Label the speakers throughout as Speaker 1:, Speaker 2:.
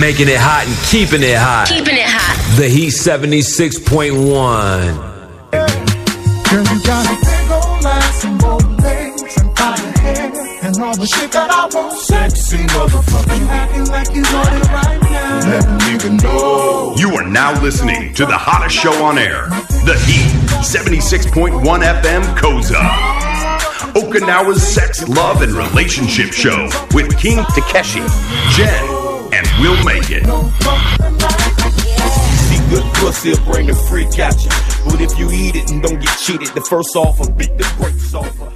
Speaker 1: Making it hot and keeping it hot.
Speaker 2: Keeping it hot.
Speaker 1: The Heat 76.1.
Speaker 3: Girl, you got a big old ass and bold legs and fine hair and all the shit that I want. Sexy motherfucker, you acting like you want it right now.
Speaker 4: Let a nigga know. You are now listening to the hottest show on air, The Heat, 76.1 FM Koza. Okinawa's sex, love, and relationship show with King Takeshi, Jen, and We'll Make It.
Speaker 5: See good pussy, will bring the freak out you. But if you eat it and don't get cheated, the first offer beat the brakes off her.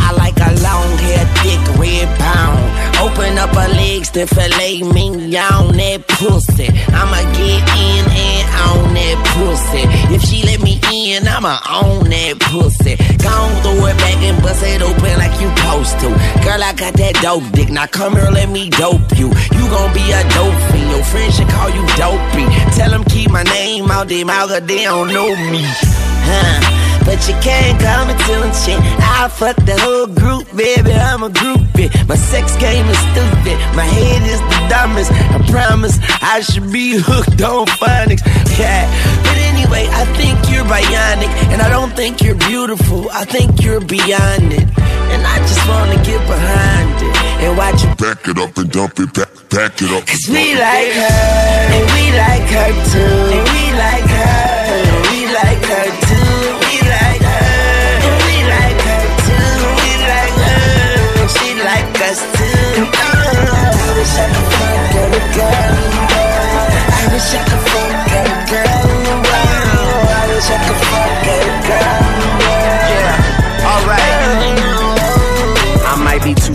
Speaker 6: I like a long hair, thick red pound. Open up her legs to fillet mignon that pussy. I'ma get in and on that pussy. If she let me in, I'ma own that pussy. Gone throw it back and bust it open like you supposed to. Girl, I got that dope dick. Now come here, let me dope you. You gon' be a dope fiend. Your friends should call you dopey. Tell them keep my name out their mouth, 'cause they don't know me. Huh? But you can't call me too and shit. I fuck the whole group, baby. I'm a groupie. My sex game is stupid. My head is the dumbest. I promise I should be hooked on phonics. Yeah. But anyway, I think you're bionic. And I don't think you're beautiful. I think you're beyond it. And I just wanna get behind it and watch you
Speaker 7: Back it up and dump it, back, back it up.
Speaker 6: Cause we like her, and we like her too. And we like her, and we like her too. We like her, and we like her too. We like her, and she like us too. I wish I could fuck every girl in the world. I wish I could fuck every girl in the world. I wish I could fuck every girl in the world. Yeah, alright.
Speaker 8: I might be too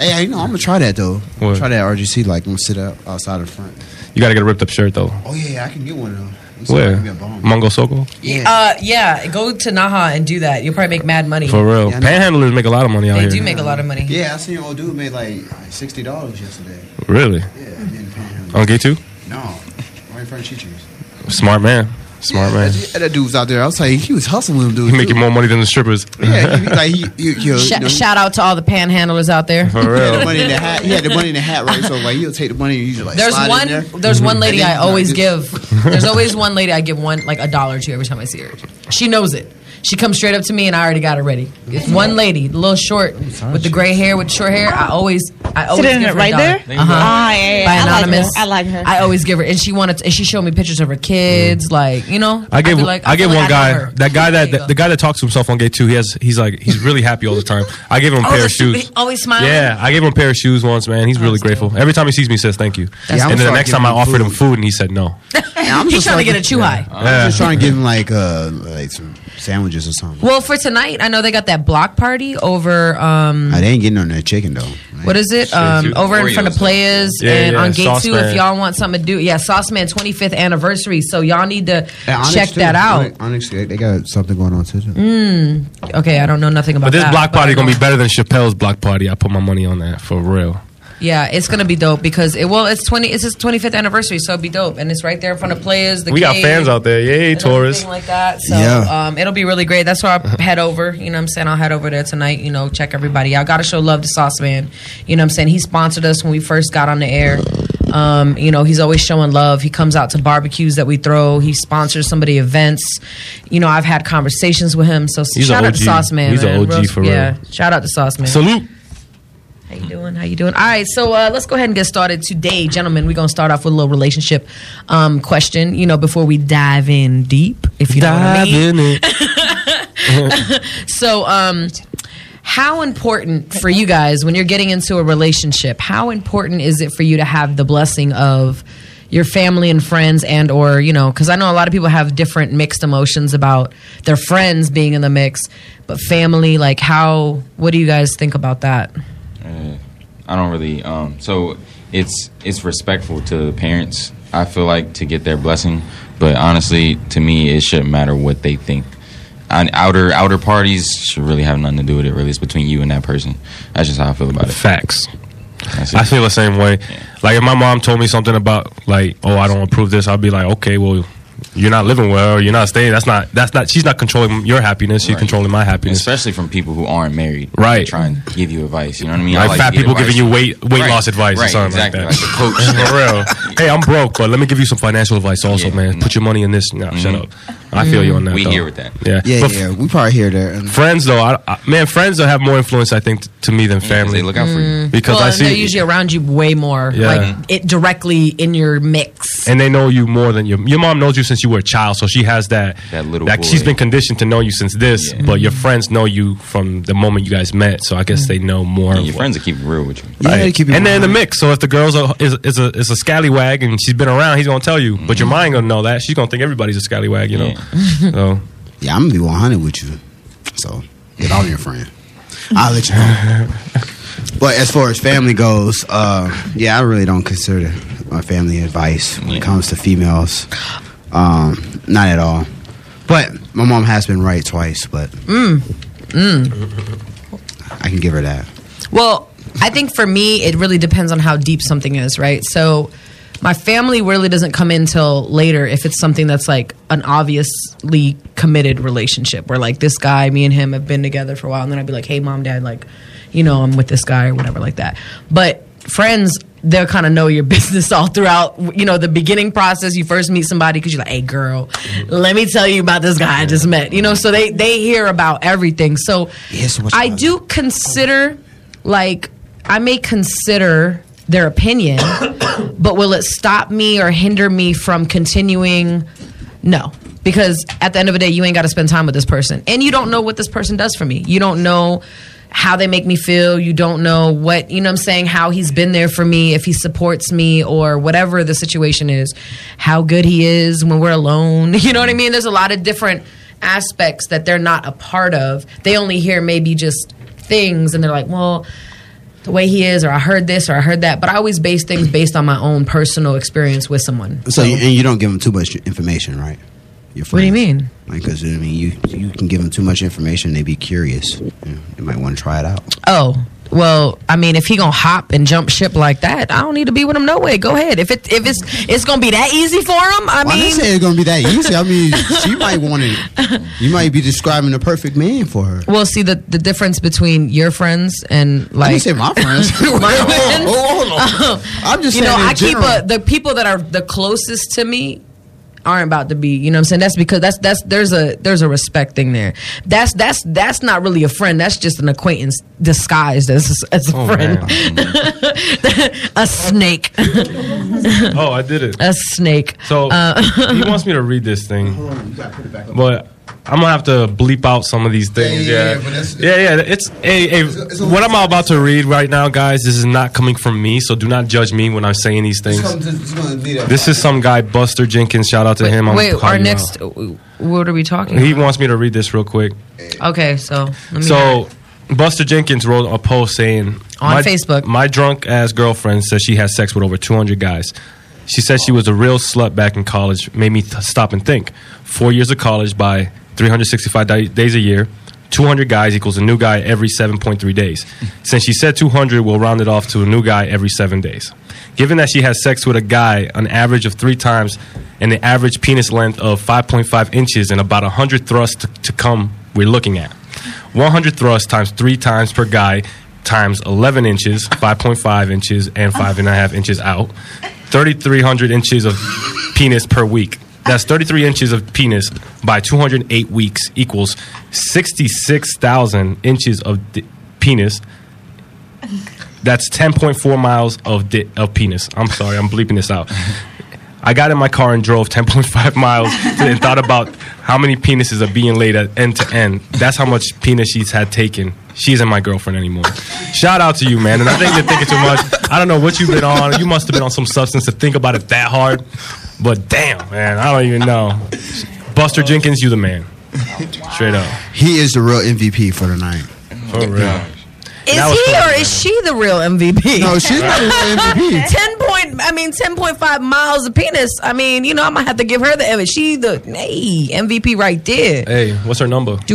Speaker 9: hey, you know, I'm gonna try that though.
Speaker 10: What?
Speaker 9: Try that RGC. Like, I'm gonna sit out outside in front.
Speaker 10: You gotta get a ripped up shirt though.
Speaker 9: Oh yeah, yeah, I can get one of them.
Speaker 10: Where?
Speaker 9: Yeah.
Speaker 10: Mongo Soko?
Speaker 9: yeah.
Speaker 11: Uh, yeah, go to Naha and do that. You'll probably make mad money.
Speaker 10: For real.
Speaker 9: Yeah, I know.
Speaker 10: Panhandlers make a lot of money out
Speaker 11: Oh. They
Speaker 10: here.
Speaker 11: do make a lot of money.
Speaker 9: Yeah, I seen an old dude made like sixty dollars yesterday.
Speaker 10: Really?
Speaker 9: Yeah, didn't pay him.
Speaker 10: On Gate 2?
Speaker 9: No, right in front of Chichi's.
Speaker 10: Smart man. Smart man.
Speaker 9: That, that dude was out there. I was like, he was hustling with him, dude.
Speaker 10: He making more money than the strippers.
Speaker 9: Yeah, he, like he, he, he,
Speaker 11: Sh-
Speaker 9: you know,
Speaker 11: Shout out to all the panhandlers out there.
Speaker 10: For
Speaker 9: he had the
Speaker 10: real.
Speaker 9: money in the hat. He had the money in the hat, right? So like, he'll take the money. And he's like,
Speaker 11: There's
Speaker 9: slide it
Speaker 11: one.
Speaker 9: In there.
Speaker 10: Mm-hmm.
Speaker 11: There's one lady I
Speaker 9: And then,
Speaker 11: always
Speaker 9: like,
Speaker 11: give. There's always one lady I give one like a dollar to every time I see her. She knows it. She comes straight up to me and I already got it ready. It's one lady, the little short with the gray hair, with short hair. I always, I always
Speaker 12: Sitting in
Speaker 11: give
Speaker 12: it
Speaker 11: her a
Speaker 12: right
Speaker 11: dollar.
Speaker 12: there?
Speaker 11: Uh-huh.
Speaker 12: Ah, yeah, yeah.
Speaker 11: By
Speaker 12: I like
Speaker 11: anonymous.
Speaker 12: her. I Mm. like her.
Speaker 11: I always give her, and she wanted, to, and she showed me pictures of her kids, like you know.
Speaker 10: I give
Speaker 11: feel
Speaker 10: I, give
Speaker 11: feel
Speaker 10: one
Speaker 11: know
Speaker 10: guy
Speaker 11: her.
Speaker 10: that guy that,
Speaker 11: There you
Speaker 10: that-
Speaker 11: go.
Speaker 10: the guy that talks to himself on gate two. He has he's like he's really happy all the time. I gave him a
Speaker 11: Oh,
Speaker 10: pair of
Speaker 11: that's- he
Speaker 10: shoes.
Speaker 11: always smiling?
Speaker 10: Yeah, I gave him a pair of shoes once, man. He's really
Speaker 11: that's
Speaker 10: grateful. Every time he sees me, he says thank you.
Speaker 9: Yeah,
Speaker 10: and
Speaker 9: I'm
Speaker 10: then the
Speaker 9: sorry
Speaker 10: next time I
Speaker 9: giving him
Speaker 10: offered him
Speaker 9: food.
Speaker 10: food, and he said no.
Speaker 9: Yeah, I'm
Speaker 11: He's
Speaker 9: just
Speaker 11: trying to
Speaker 9: like-
Speaker 11: get a chew high.
Speaker 9: I'm just trying to give him like uh like some sandwiches or something.
Speaker 11: Well, for tonight, I know they got that block party over. Um,
Speaker 9: I didn't get none of that chicken though.
Speaker 11: what is it? Um, over in front of Players
Speaker 9: Yeah,
Speaker 11: and
Speaker 9: yeah,
Speaker 11: on Gate
Speaker 9: Sauce
Speaker 11: Two.
Speaker 9: Man.
Speaker 11: If y'all want something to do, yeah, Sauce Man 25th anniversary. So y'all need to
Speaker 9: Yeah, Onyx,
Speaker 11: check
Speaker 9: too.
Speaker 11: that out.
Speaker 9: Onyx- Onyx, they- they got something going on too.
Speaker 11: Mm. Okay, I don't know nothing about
Speaker 10: But this
Speaker 11: that,
Speaker 10: block party
Speaker 11: I
Speaker 10: gonna
Speaker 11: know-
Speaker 10: be better than Chappelle's block party. I put my money on that for real.
Speaker 11: Yeah, it's gonna be dope because it well, it's twenty, it's his twenty fifth anniversary, so it'd be dope, and it's right there in front of players. The
Speaker 10: we got
Speaker 11: Cave,
Speaker 10: fans out there. Yay,
Speaker 11: and
Speaker 10: Taurus.
Speaker 11: everything like that. So
Speaker 10: Yeah.
Speaker 11: um, it'll be really great. That's where I head over. You know, what I'm saying I'll head over there tonight. You know, check everybody. I gotta show love to Sauce Man. You know, what I'm saying he sponsored us when we first got on the air. Um, you know, he's always showing love. He comes out to barbecues that we throw. He sponsors somebody events. You know, I've had conversations with him. So
Speaker 10: He's a
Speaker 11: shout out to
Speaker 10: OG.
Speaker 11: Sauce Man.
Speaker 10: He's a
Speaker 11: man.
Speaker 10: OG for real.
Speaker 11: Yeah, shout out to Sauce Man.
Speaker 10: Salute.
Speaker 11: How you doing? How you doing? All right, so uh, let's go ahead and get started today, gentlemen. We're gonna start off with a little relationship um, question. You know, before we dive in deep, if you
Speaker 10: Dive
Speaker 11: know what I mean.
Speaker 10: in it.
Speaker 11: So, um, how important for you guys when you're getting into a relationship? How important is it for you to have the blessing of your family and friends, and or you know, because I know a lot of people have different mixed emotions about their friends being in the mix, but family, like how? What do you guys think about that?
Speaker 2: Uh, I don't really. Um, so it's it's respectful to the parents. I feel like to get their blessing, but honestly, to me, it shouldn't matter what they think. And outer outer parties should really have nothing to do with it. Really, it's between you and that person. That's just how I feel about it.
Speaker 10: Facts.
Speaker 2: That's
Speaker 10: I feel the same way. Like if my mom told me something about like, oh, I don't approve this, I'll be like, okay, well, you're not living well, or you're not staying. That's not. That's not. She's not controlling your happiness. She's controlling my happiness.
Speaker 2: Especially from people who aren't married.
Speaker 10: Right.
Speaker 2: Trying to give you advice. You know what I mean? I
Speaker 10: Like,
Speaker 2: to
Speaker 10: fat
Speaker 2: get
Speaker 10: people
Speaker 2: advice
Speaker 10: giving you
Speaker 2: from-
Speaker 10: weight weight
Speaker 2: Right.
Speaker 10: loss advice
Speaker 2: Right,
Speaker 10: or something
Speaker 2: exactly.
Speaker 10: like that.
Speaker 2: a coach.
Speaker 10: For real. Hey, I'm broke, but let me give you some financial advice also, man. Put your money in this. No, shut
Speaker 2: Mhm.
Speaker 10: up. I feel you on that.
Speaker 2: We
Speaker 10: though.
Speaker 2: here with that.
Speaker 10: Yeah,
Speaker 9: Yeah,
Speaker 10: But
Speaker 9: yeah. We probably hear that.
Speaker 10: Friends though, I, I, man, friends though have more influence I think t- to me than family.
Speaker 2: Mm, they look out for you.
Speaker 10: because
Speaker 11: Mm. well,
Speaker 10: I
Speaker 11: and they're
Speaker 10: see
Speaker 11: usually around you way more,
Speaker 10: Yeah.
Speaker 11: like it directly in your mix.
Speaker 10: and they know you more than your your mom knows you since you were a child, so she has that that little that she's
Speaker 2: boy.
Speaker 10: been conditioned to know you since this, but
Speaker 11: Mm-hmm.
Speaker 10: your friends know you from the moment you guys met, so I
Speaker 11: Mm.
Speaker 10: guess they know more.
Speaker 2: Your friends are keeping real with you.
Speaker 10: Right. and they're in the mix. So if the girl's a, is, is a is a scallywag and she's been around, he's gonna tell you. But your
Speaker 2: Mm-hmm.
Speaker 10: mind gonna know that she's gonna think everybody's a scallywag, you know. So
Speaker 9: yeah, I'm gonna be 100 with you. So get all your friend. I'll let you know. But as far as family goes, uh, yeah, I really don't consider my family advice when it comes to females. Um, not at all. But my mom has been right twice, but
Speaker 11: Mm. Mm.
Speaker 9: I can give her that.
Speaker 11: Well, I think for me, it really depends on how deep something is, right? So my family really doesn't come in till later if it's something that's like an obviously committed relationship where like this guy, me and him have been together for a while, and then I'd be like, hey, mom, dad, like, you know, I'm with this guy or whatever like that. But friends, they'll kind of know your business all throughout, you know, the beginning process. You first meet somebody because you're like, hey, girl, let me tell you about this guy I just met, you know, so they, they hear about everything. So
Speaker 9: Yes, what's
Speaker 11: I
Speaker 9: up?
Speaker 11: do consider, like, I may consider their opinion, but will it stop me or hinder me from continuing? No. Because at the end of the day, you ain't got to spend time with this person. And you don't know what this person does for me. You don't know how they make me feel. You don't know what, you know what I'm saying, how he's been there for me, if he supports me or whatever the situation is, how good he is when we're alone. You know what I mean? There's a lot of different aspects that they're not a part of. They only hear maybe just things and they're like, well, the way he is, or I heard this, or I heard that. But I always base things based on my own personal experience with someone.
Speaker 9: So, you, and you don't give them too much information, right? Your
Speaker 11: What do you
Speaker 9: friends.
Speaker 11: mean?
Speaker 9: Like, cause I mean, you you can give them too much information, they be curious. You know, they might want to try it out.
Speaker 11: Oh, well, I mean, if he gonna hop and jump ship like that, I don't need to be with him no way. Go ahead. If it if it's it's gonna be that easy for him, I
Speaker 9: Why they
Speaker 11: mean,
Speaker 9: say it's gonna be that easy? I mean, she might want it. You might be describing the perfect man for her.
Speaker 11: well, see the the difference between your friends and like
Speaker 9: I didn't say my friends.
Speaker 11: my
Speaker 9: Hold on,
Speaker 11: friends.
Speaker 9: hold on.
Speaker 11: Oh,
Speaker 9: I'm just
Speaker 11: you know
Speaker 9: saying in
Speaker 11: I
Speaker 9: general.
Speaker 11: keep a, the people that are the closest to me aren't about to be you know what i'm saying that's because that's that's there's a there's a respect thing there that's that's that's not really a friend that's just an acquaintance disguised as as a
Speaker 10: Oh,
Speaker 11: friend a snake
Speaker 10: Oh, I did it.
Speaker 11: a snake
Speaker 10: So
Speaker 11: Uh,
Speaker 10: he wants me to read this thing. But I'm gonna have to bleep out some of these things.
Speaker 9: yeah, yeah,
Speaker 10: Yeah,
Speaker 9: but
Speaker 10: yeah,
Speaker 9: that's-
Speaker 10: yeah. it's hey, hey, what I'm about to read right now, guys. This is not coming from me, so do not judge me when I'm saying these things. This is some guy, Buster Jenkins. Shout out to him. I'm
Speaker 11: Wait,
Speaker 10: gonna call
Speaker 11: our
Speaker 10: you
Speaker 11: next.
Speaker 10: out.
Speaker 11: What are we talking?
Speaker 10: He wants me to read this real quick.
Speaker 11: about? Okay, so let me
Speaker 10: So Buster Jenkins wrote a post saying
Speaker 11: On
Speaker 10: "My-
Speaker 11: Facebook.
Speaker 10: my drunk ass girlfriend says she has sex with over 200 guys. She said she was a real slut back in college. Made me th- stop and think. Four years of college by 365 di- days a year. 200 guys equals a new guy every 7.3 days. Since she said 200, we'll round it off to a new guy every seven days. Given that she has sex with a guy an average of three times and the average penis length of 5.5 inches and about 100 thrusts to, to come, we're looking at. 100 thrusts times three times per guy times 11 inches, 5.5 inches, and five and a half inches out. 3,300 inches of penis per week. That's 33 inches of penis by 208 weeks equals 66,000 inches of di- penis. That's 10.4 miles of, di- of penis. I'm sorry, I'm bleeping this out. I got in my car and drove 10.5 miles and thought about how many penises are being laid at end to end. That's how much penis she's had taken. She isn't my girlfriend anymore. Shout out to you, man. And I think you're thinking too much. I don't know what you've been on. You must have been on some substance to think about it that hard. But damn, man, I don't even know. Buster Jenkins, you the man. Straight up.
Speaker 9: He is the real MVP for the night.
Speaker 10: For real.
Speaker 11: Is
Speaker 9: That was
Speaker 11: he
Speaker 9: fun,
Speaker 11: or is she the real MVP?
Speaker 9: No, she's not the real MVP.
Speaker 11: Ten point, I mean, ten point five miles of penis. I mean, you know, I'm gonna have to give her the MVP. She the hey, MVP right there.
Speaker 10: Hey, what's her number?
Speaker 11: Do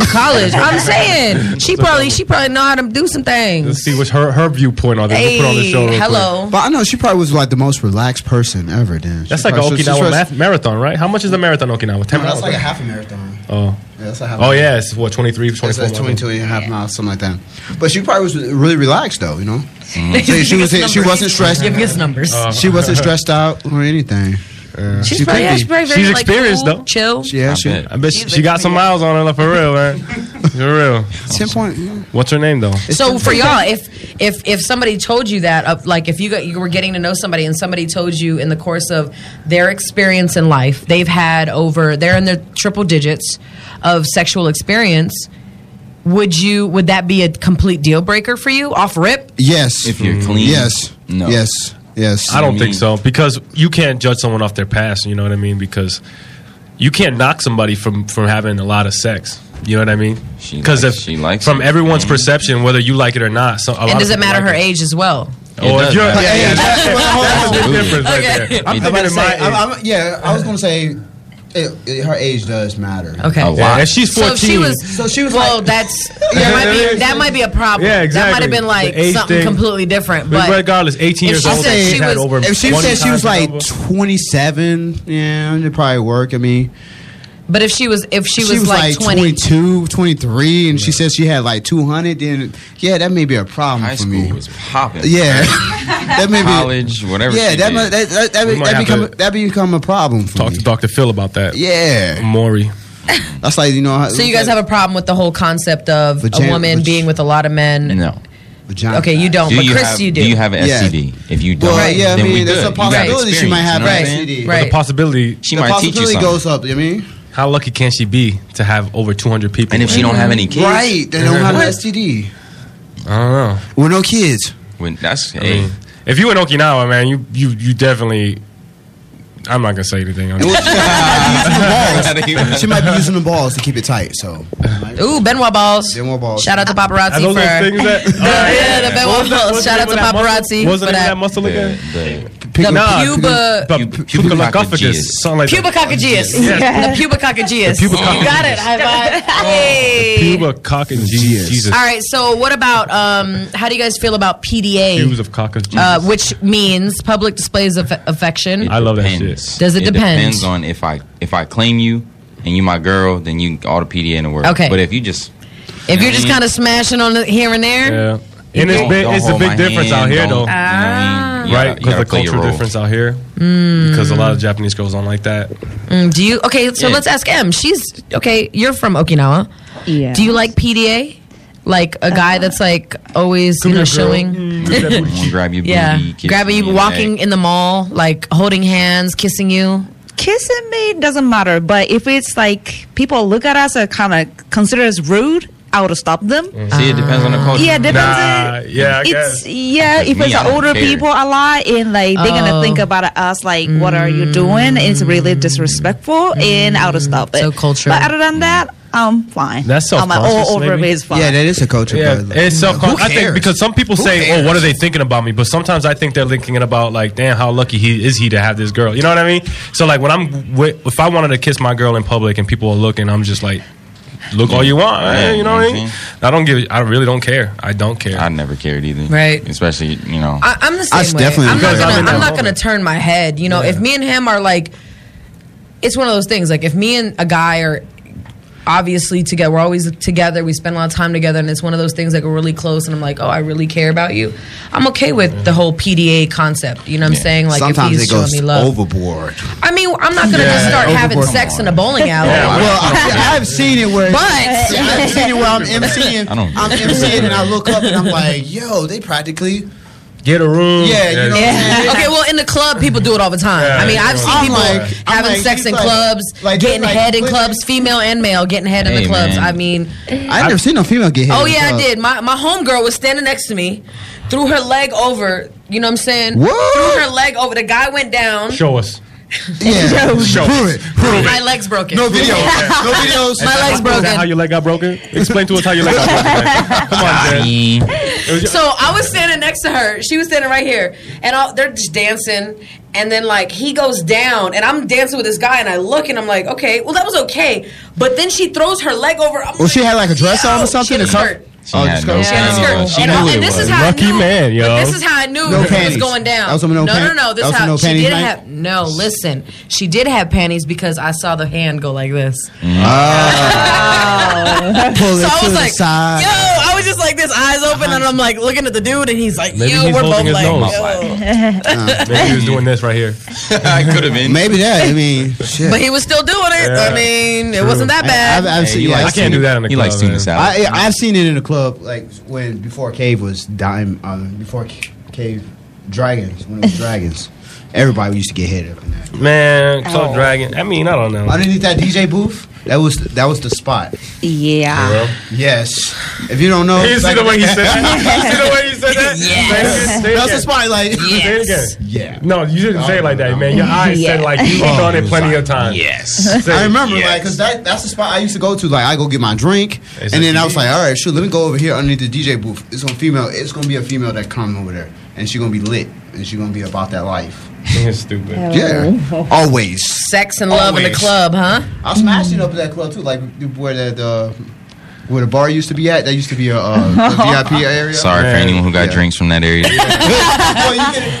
Speaker 11: college. I'm saying she
Speaker 10: What's her
Speaker 11: probably
Speaker 10: number?
Speaker 11: she probably know how to do some things.
Speaker 10: Let's see what's her, her viewpoint on this. We'll put on the
Speaker 11: Hey,
Speaker 10: show real quick.
Speaker 11: hello.
Speaker 9: But I know she probably was like the most relaxed person ever. Then
Speaker 10: That's
Speaker 9: She
Speaker 10: like an
Speaker 9: probably- she- she
Speaker 10: Okinawa
Speaker 9: was-
Speaker 10: math- marathon, right? How much is the marathon in Okinawa? 10
Speaker 9: No,
Speaker 10: miles?
Speaker 9: that's like a
Speaker 10: right?
Speaker 9: half a marathon.
Speaker 10: Oh.
Speaker 9: Yeah, that's a half
Speaker 10: Oh,
Speaker 9: marathon.
Speaker 10: yeah. It's what, 23, 24
Speaker 9: That's, that's
Speaker 10: miles?
Speaker 9: 22 and a half miles, something like that. But she probably was really relaxed, though. You know,
Speaker 10: Mm-hmm.
Speaker 9: she, she was she wasn't stressed.
Speaker 11: Give us numbers.
Speaker 10: Uh,
Speaker 9: She wasn't stressed out or anything. Uh,
Speaker 11: She's
Speaker 9: she
Speaker 11: probably,
Speaker 9: could
Speaker 11: yeah,
Speaker 9: be.
Speaker 11: she's probably very
Speaker 10: She's
Speaker 11: like,
Speaker 10: experienced,
Speaker 11: cool,
Speaker 10: though.
Speaker 11: Chill.
Speaker 9: Yeah, she.
Speaker 10: I bet she, she got some miles on her, like, for real, man. For real.
Speaker 9: Ten point.
Speaker 10: What's her name, though?
Speaker 11: So for y'all, if if if somebody told you that, uh, like if you got you were getting to know somebody and somebody told you in the course of their experience in life, they've had over they're in their triple digits of sexual experience. Would you? Would that be a complete deal breaker for you off rip?
Speaker 9: Yes.
Speaker 2: If you're clean,
Speaker 9: Mm-hmm. Yes.
Speaker 2: no.
Speaker 9: Yes. Yes.
Speaker 10: I don't think so because you can't judge someone off their past. You know what I mean? Because you can't knock somebody from from having a lot of sex. You know what I mean? Because if she likes from everyone's perception, whether you like it or not, so a lot
Speaker 11: and
Speaker 10: of
Speaker 11: does it
Speaker 10: people
Speaker 11: matter
Speaker 10: like
Speaker 11: her age as well?
Speaker 10: Or if you're, yeah,
Speaker 9: matter.
Speaker 10: yeah, that's-
Speaker 9: Well, hold
Speaker 10: that's a
Speaker 9: on,
Speaker 10: big
Speaker 9: absolutely.
Speaker 10: difference right
Speaker 9: Okay.
Speaker 10: there.
Speaker 9: I'm
Speaker 10: I'm thinking
Speaker 9: about to
Speaker 10: in
Speaker 9: say,
Speaker 10: my
Speaker 9: I'm,
Speaker 10: age.
Speaker 9: I'm, yeah, I was gonna say, it, it, her age does matter.
Speaker 11: Okay.
Speaker 10: A lot. Yeah, if she's
Speaker 11: So if she
Speaker 10: 14.
Speaker 11: was, so she was well, that's that might be that might be a problem.
Speaker 10: Yeah,
Speaker 11: That might
Speaker 10: exactly.
Speaker 11: have been like
Speaker 10: The age
Speaker 11: something
Speaker 10: thing.
Speaker 11: completely different.
Speaker 10: But
Speaker 11: But
Speaker 10: regardless, 18
Speaker 11: if
Speaker 10: years
Speaker 11: she
Speaker 10: old,
Speaker 11: said
Speaker 10: she's
Speaker 11: she
Speaker 10: had
Speaker 11: was-
Speaker 10: over
Speaker 9: If she
Speaker 10: 20
Speaker 9: said she
Speaker 10: times
Speaker 9: was
Speaker 10: the
Speaker 9: like
Speaker 10: number.
Speaker 9: 27, yeah, it'd probably work. I mean,
Speaker 11: but if she was if she was, like, twenty,
Speaker 9: 22, 23, and she said she had like 200, then yeah, that may be a problem
Speaker 2: High
Speaker 9: for
Speaker 2: school
Speaker 9: me.
Speaker 2: was popping.
Speaker 9: Yeah. that may be.
Speaker 2: college, whatever.
Speaker 9: yeah,
Speaker 2: she
Speaker 9: that,
Speaker 2: did.
Speaker 9: mu- that, that, that,
Speaker 10: We
Speaker 9: be-
Speaker 10: might
Speaker 9: that,
Speaker 10: have
Speaker 9: become,
Speaker 10: to-
Speaker 9: that become a problem for
Speaker 10: Talk
Speaker 9: me.
Speaker 10: to Dr. Phil about that.
Speaker 9: Yeah.
Speaker 10: Maury.
Speaker 9: That's like, you know, how-
Speaker 11: so you guys have a problem with the whole concept of
Speaker 9: Vagina-
Speaker 11: a woman
Speaker 9: vag-
Speaker 11: being with a lot of men.
Speaker 2: No.
Speaker 9: Vagina
Speaker 11: Okay, you
Speaker 9: fat.
Speaker 11: don't, but Chris,
Speaker 2: have,
Speaker 11: you do.
Speaker 2: you have an
Speaker 9: Yeah.
Speaker 2: STD? If you don't,
Speaker 9: Well, yeah, I
Speaker 2: then we
Speaker 9: mean, there's
Speaker 2: good.
Speaker 9: a
Speaker 2: You got
Speaker 9: possibility she
Speaker 2: experience,
Speaker 9: might
Speaker 2: you know what
Speaker 9: have
Speaker 2: I'm
Speaker 9: an
Speaker 2: saying?
Speaker 9: STD.
Speaker 11: Right.
Speaker 10: The possibility.
Speaker 2: She might teach you
Speaker 9: possibility
Speaker 2: something.
Speaker 9: goes up, you know what I mean?
Speaker 10: How lucky can she be to have over 200 people?
Speaker 2: And if she don't have any kids,
Speaker 9: Right, they don't have an STD.
Speaker 10: I don't know.
Speaker 9: With no kids.
Speaker 2: When that's
Speaker 10: I mean,
Speaker 2: hey,
Speaker 10: Mm. if you in Okinawa, man, you you you definitely. I'm not gonna say anything. I'm just-
Speaker 9: She might be using the balls to keep it tight, so.
Speaker 11: Ooh, Benoit balls.
Speaker 9: Benoit balls.
Speaker 11: Shout out to paparazzi
Speaker 10: Are those
Speaker 11: for
Speaker 10: those things that-
Speaker 11: the, yeah, the
Speaker 10: What
Speaker 11: Benoit
Speaker 10: was Oh, that-
Speaker 11: balls.
Speaker 10: what's the
Speaker 11: Shout out
Speaker 10: name
Speaker 11: to
Speaker 10: of that
Speaker 11: paparazzi
Speaker 10: muscle? What's the
Speaker 11: for
Speaker 10: name of that
Speaker 11: that.
Speaker 10: muscle again?
Speaker 2: the
Speaker 11: The
Speaker 10: Nah,
Speaker 11: puba
Speaker 10: pu-
Speaker 2: Pubococcageus.
Speaker 10: Pubococcageus, something like that. Yes.
Speaker 11: pubococcageus. The pubococcageus.
Speaker 10: The Oh.
Speaker 11: You
Speaker 10: pubococcageus.
Speaker 11: got it. High five. Hey.
Speaker 10: Pubococcageus. Jesus.
Speaker 11: All right. So, what about um? How do you guys feel about PDA?
Speaker 10: Views of cockatoos.
Speaker 11: uh, which means public displays of affection.
Speaker 10: I love that
Speaker 2: depends.
Speaker 10: shit.
Speaker 11: Does it depend?
Speaker 2: Depends on if I if I claim you and you my girl, then you all the PDA in the world.
Speaker 11: Okay.
Speaker 2: but if you just
Speaker 11: if you're just kind of smashing on the here and there,
Speaker 10: Yeah. And it's,
Speaker 2: Don't-
Speaker 10: big,
Speaker 2: don't
Speaker 10: it's a
Speaker 2: hold
Speaker 10: big
Speaker 2: my
Speaker 10: difference
Speaker 2: hand,
Speaker 10: out here,
Speaker 2: don't-
Speaker 10: though. Ah.
Speaker 2: you know what I mean? You
Speaker 10: right?
Speaker 2: gotta- you
Speaker 10: Because
Speaker 2: gotta
Speaker 10: the
Speaker 2: play your
Speaker 10: cultural
Speaker 2: role.
Speaker 10: difference out here. Because a lot of Japanese girls don't like that.
Speaker 11: Mm, do you? Okay, so
Speaker 10: Yeah.
Speaker 11: let's ask M. She's okay. You're from Okinawa.
Speaker 12: Yeah.
Speaker 11: Do you like PDA? Like a guy that's like always, you know, showing.
Speaker 2: Grab your booty,
Speaker 11: Yeah,
Speaker 2: kiss
Speaker 11: grabbing
Speaker 2: me
Speaker 11: you,
Speaker 2: in the
Speaker 11: walking
Speaker 2: neck.
Speaker 11: in the mall, like holding hands, kissing you.
Speaker 12: kissing me doesn't matter, but if it's like people look at us and kind of consider us rude, I would stop them.
Speaker 2: See, it depends on the culture.
Speaker 12: Yeah, it depends
Speaker 10: Ah,
Speaker 2: Nah, yeah, I
Speaker 12: it's
Speaker 2: guess.
Speaker 12: yeah.
Speaker 2: Like
Speaker 12: if
Speaker 2: me,
Speaker 12: it's
Speaker 2: I don't
Speaker 12: older
Speaker 2: care.
Speaker 12: people a lot, and like they're
Speaker 11: Oh.
Speaker 12: gonna think about us like, "What are you doing?" It's really disrespectful, and I would stop it. So culture. But other than that, I'm fine.
Speaker 10: That's
Speaker 12: I'm like,
Speaker 10: self-conscious,
Speaker 12: all over
Speaker 10: maybe.
Speaker 12: me is fine.
Speaker 9: Yeah, that is a culture.
Speaker 10: Yeah,
Speaker 9: but,
Speaker 10: it's self
Speaker 9: Who
Speaker 10: I
Speaker 9: cares?
Speaker 10: think because some people
Speaker 9: Who
Speaker 10: say, "Oh, what are
Speaker 9: cares?
Speaker 10: they thinking about me?" But sometimes I think they're thinking about like, "Damn, how lucky he is he to have this girl." You know what I mean? So like when I'm wi- if I wanted to kiss my girl in public and people are looking, I'm just like, "Look all you want," eh, you know what I mean? I don't give. I really don't care. I don't care. I
Speaker 2: never cared either.
Speaker 11: Right.
Speaker 2: Especially you know.
Speaker 11: I, I'm the same way. I'm not,
Speaker 2: Because I'm in
Speaker 11: gonna,
Speaker 2: that
Speaker 11: I'm not gonna
Speaker 2: moment.
Speaker 11: turn my head. You know, if me and him are like, it's one of those things. Like if me and a guy are obviously together, we're always together. We spend a lot of time together, and it's one of those things like we're really close. And I'm like, oh, I really care about you. I'm okay with the whole PDA concept. You know what I'm saying? Like
Speaker 9: sometimes
Speaker 11: if he's
Speaker 9: it goes
Speaker 11: showing me love.
Speaker 9: overboard.
Speaker 11: I mean, I'm not gonna
Speaker 9: Yeah,
Speaker 11: just start having
Speaker 9: overboard.
Speaker 11: sex in a bowling alley.
Speaker 9: Yeah, well, I- I've seen it where,
Speaker 11: But-
Speaker 9: I've seen it where I'm emceeing,
Speaker 11: I don't-
Speaker 9: I'm emceeing, and I look up and I'm like, yo, they practically
Speaker 10: get a room.
Speaker 9: Yeah, you know what I'm saying?
Speaker 11: okay, well, in the club, people do it all the time.
Speaker 9: Yeah,
Speaker 11: I mean, I've
Speaker 9: yeah.
Speaker 11: seen
Speaker 9: I'm
Speaker 11: people
Speaker 9: like- I'm
Speaker 11: having
Speaker 9: like,
Speaker 11: sex
Speaker 9: these
Speaker 11: in
Speaker 9: like-
Speaker 11: clubs,
Speaker 9: like,
Speaker 11: getting
Speaker 9: like,
Speaker 11: head in
Speaker 9: women-
Speaker 11: clubs, female and male, getting head in
Speaker 9: Hey,
Speaker 11: the clubs.
Speaker 9: man.
Speaker 11: I mean,
Speaker 9: I never seen no female get hit.
Speaker 11: oh
Speaker 9: in the
Speaker 11: yeah, I
Speaker 9: club.
Speaker 11: did. My my homegirl was standing next to me, threw her leg over. You know what I'm saying?
Speaker 9: What?
Speaker 11: Threw her leg over. The guy went down.
Speaker 10: Show us.
Speaker 9: Yeah,
Speaker 10: show
Speaker 9: prove it. Prove
Speaker 11: My
Speaker 10: it.
Speaker 11: leg's broken.
Speaker 10: No video.
Speaker 9: No videos.
Speaker 11: My leg's
Speaker 10: Is that how
Speaker 11: broken.
Speaker 10: your leg got broken? Explain to us how your leg got broken. Come on, Jen.
Speaker 11: So I was standing next to her. She was standing right here, and all, they're just dancing. And then like he goes down, and I'm dancing with this guy, and I look, and I'm like, okay, well that was okay. But then she throws her leg over. I'm
Speaker 9: Well, she had like a dress on or something. a skirt.
Speaker 2: She had no
Speaker 11: Yeah,
Speaker 2: panties
Speaker 11: skirt.
Speaker 2: on. She
Speaker 11: And
Speaker 2: knew
Speaker 11: all-
Speaker 2: it
Speaker 11: and this
Speaker 2: was.
Speaker 11: is how I
Speaker 10: Lucky
Speaker 11: knew-
Speaker 10: man, yo.
Speaker 11: But this is how I knew
Speaker 9: No
Speaker 11: it was
Speaker 9: panties.
Speaker 11: going down.
Speaker 9: That was some no
Speaker 11: no, no,
Speaker 9: pan-
Speaker 11: no. This
Speaker 9: that was
Speaker 11: how
Speaker 9: some no
Speaker 11: she
Speaker 9: panties
Speaker 11: did
Speaker 9: night?
Speaker 11: have. No, listen. She did have panties because I saw the hand go like this.
Speaker 9: Uh, Pull it
Speaker 11: so I
Speaker 9: to
Speaker 11: was
Speaker 9: the
Speaker 11: like,
Speaker 9: side.
Speaker 11: yo, I was just like this, eyes open, and I'm like looking at the dude, and he's like,
Speaker 10: Maybe
Speaker 11: yo,
Speaker 10: he's
Speaker 11: we're
Speaker 10: holding
Speaker 11: both
Speaker 10: his
Speaker 11: like,
Speaker 10: nose.
Speaker 11: yo.
Speaker 10: Maybe he was doing this right here.
Speaker 2: I could have been.
Speaker 9: Maybe that. I mean, shit.
Speaker 11: But he was still doing it.
Speaker 10: Yeah.
Speaker 11: I mean, it wasn't that bad.
Speaker 9: I've, I've seen,
Speaker 10: you
Speaker 9: yeah,
Speaker 10: like
Speaker 9: I've seen
Speaker 10: can't
Speaker 9: it.
Speaker 10: do that in the You like club, Steven man. Salad.
Speaker 9: I, I- I've seen it in the club, like when before Cave was dime, um, before C- Cave Dragons, when it was Dragons, everybody used to get hit up in that.
Speaker 10: Man, Club Dragon. I mean, I don't know.
Speaker 9: Underneath that DJ booth, that was that was the spot.
Speaker 12: Yeah.
Speaker 9: Yes. If you don't know,
Speaker 10: You see the way he said that? You see the way he said that?
Speaker 9: Yes.
Speaker 10: Say it again. Say it
Speaker 9: That's the
Speaker 10: again.
Speaker 9: spot. Like
Speaker 10: Say it again.
Speaker 9: Yeah.
Speaker 10: No, you didn't say it like that, man. Your eyes said like you've
Speaker 9: Oh,
Speaker 10: done
Speaker 9: it
Speaker 10: it
Speaker 9: was
Speaker 10: plenty
Speaker 9: like,
Speaker 10: of times. Say
Speaker 9: I
Speaker 10: it.
Speaker 9: remember, like, cause that, that's the spot I used to go to. Like, I go get my drink,
Speaker 10: It's
Speaker 9: and
Speaker 10: a
Speaker 9: then I
Speaker 10: DJ.
Speaker 9: was like, all right, shoot, let me go over here underneath the DJ booth. It's gonna female. It's gonna be a female that come over there, and she gonna be lit, and she gonna be about that life.
Speaker 10: It's stupid.
Speaker 9: Yeah, always.
Speaker 11: Sex and love in the
Speaker 9: Always.
Speaker 11: club, huh?
Speaker 9: I smashed it up at that club too, like where that uh, where the bar used to be at. That used to be a, uh, a VIP area.
Speaker 2: Sorry for anyone who got drinks from that area.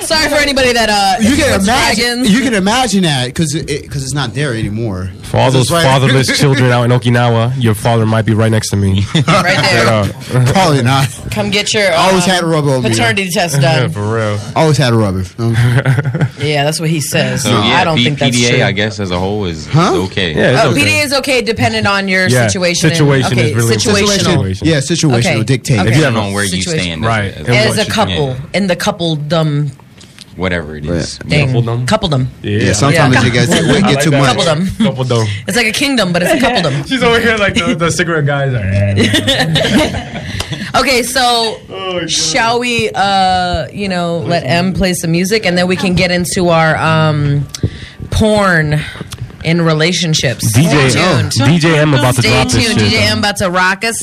Speaker 11: Sorry for anybody that uh,
Speaker 9: You can imagine.
Speaker 11: dragons.
Speaker 9: You can imagine that because because it's not there anymore.
Speaker 10: For all those
Speaker 9: It's like-
Speaker 10: fatherless children out in Okinawa, your father might be right next to me.
Speaker 11: Right there.
Speaker 9: Probably not.
Speaker 11: Come get your
Speaker 9: I always
Speaker 11: um,
Speaker 9: had a rubber on me.
Speaker 11: paternity test done.
Speaker 10: for real.
Speaker 9: Always had a rubber. Um,
Speaker 11: yeah, that's what he says.
Speaker 2: So yeah,
Speaker 11: I don't
Speaker 2: P-
Speaker 11: think that's
Speaker 2: PDA,
Speaker 11: true.
Speaker 2: I guess as a whole is, is okay.
Speaker 11: oh, PDA is okay dependent on your
Speaker 2: Yeah,
Speaker 11: situation. and-
Speaker 2: situation
Speaker 11: okay,
Speaker 2: is really important.
Speaker 11: situational.
Speaker 2: Situation. Yeah,
Speaker 9: situational
Speaker 11: Okay,
Speaker 9: dictate.
Speaker 11: okay.
Speaker 9: If you don't know
Speaker 2: where you
Speaker 11: Situation.
Speaker 2: stand as- Right, as a-
Speaker 11: As,
Speaker 2: what
Speaker 11: a
Speaker 2: you-
Speaker 11: couple in the couple dumb
Speaker 2: Whatever it is.
Speaker 11: thing, couple dumb.
Speaker 9: Yeah, sometimes it gets it
Speaker 11: I
Speaker 9: get
Speaker 11: like
Speaker 9: too
Speaker 11: that.
Speaker 9: much.
Speaker 11: Couple dumb.
Speaker 10: Couple dumb.
Speaker 11: It's like a kingdom, but it's a couple dumb.
Speaker 10: She's over here like the, the cigarette guys are.
Speaker 11: Okay, so shall we, uh, you know, let M play some music and then we can get into our um, porn in relationships.
Speaker 10: DJ
Speaker 11: Stay tuned.
Speaker 10: DJ oh, M about to
Speaker 11: Stay
Speaker 10: drop this
Speaker 11: tuned.
Speaker 10: shit.
Speaker 11: DJ M about to rock us,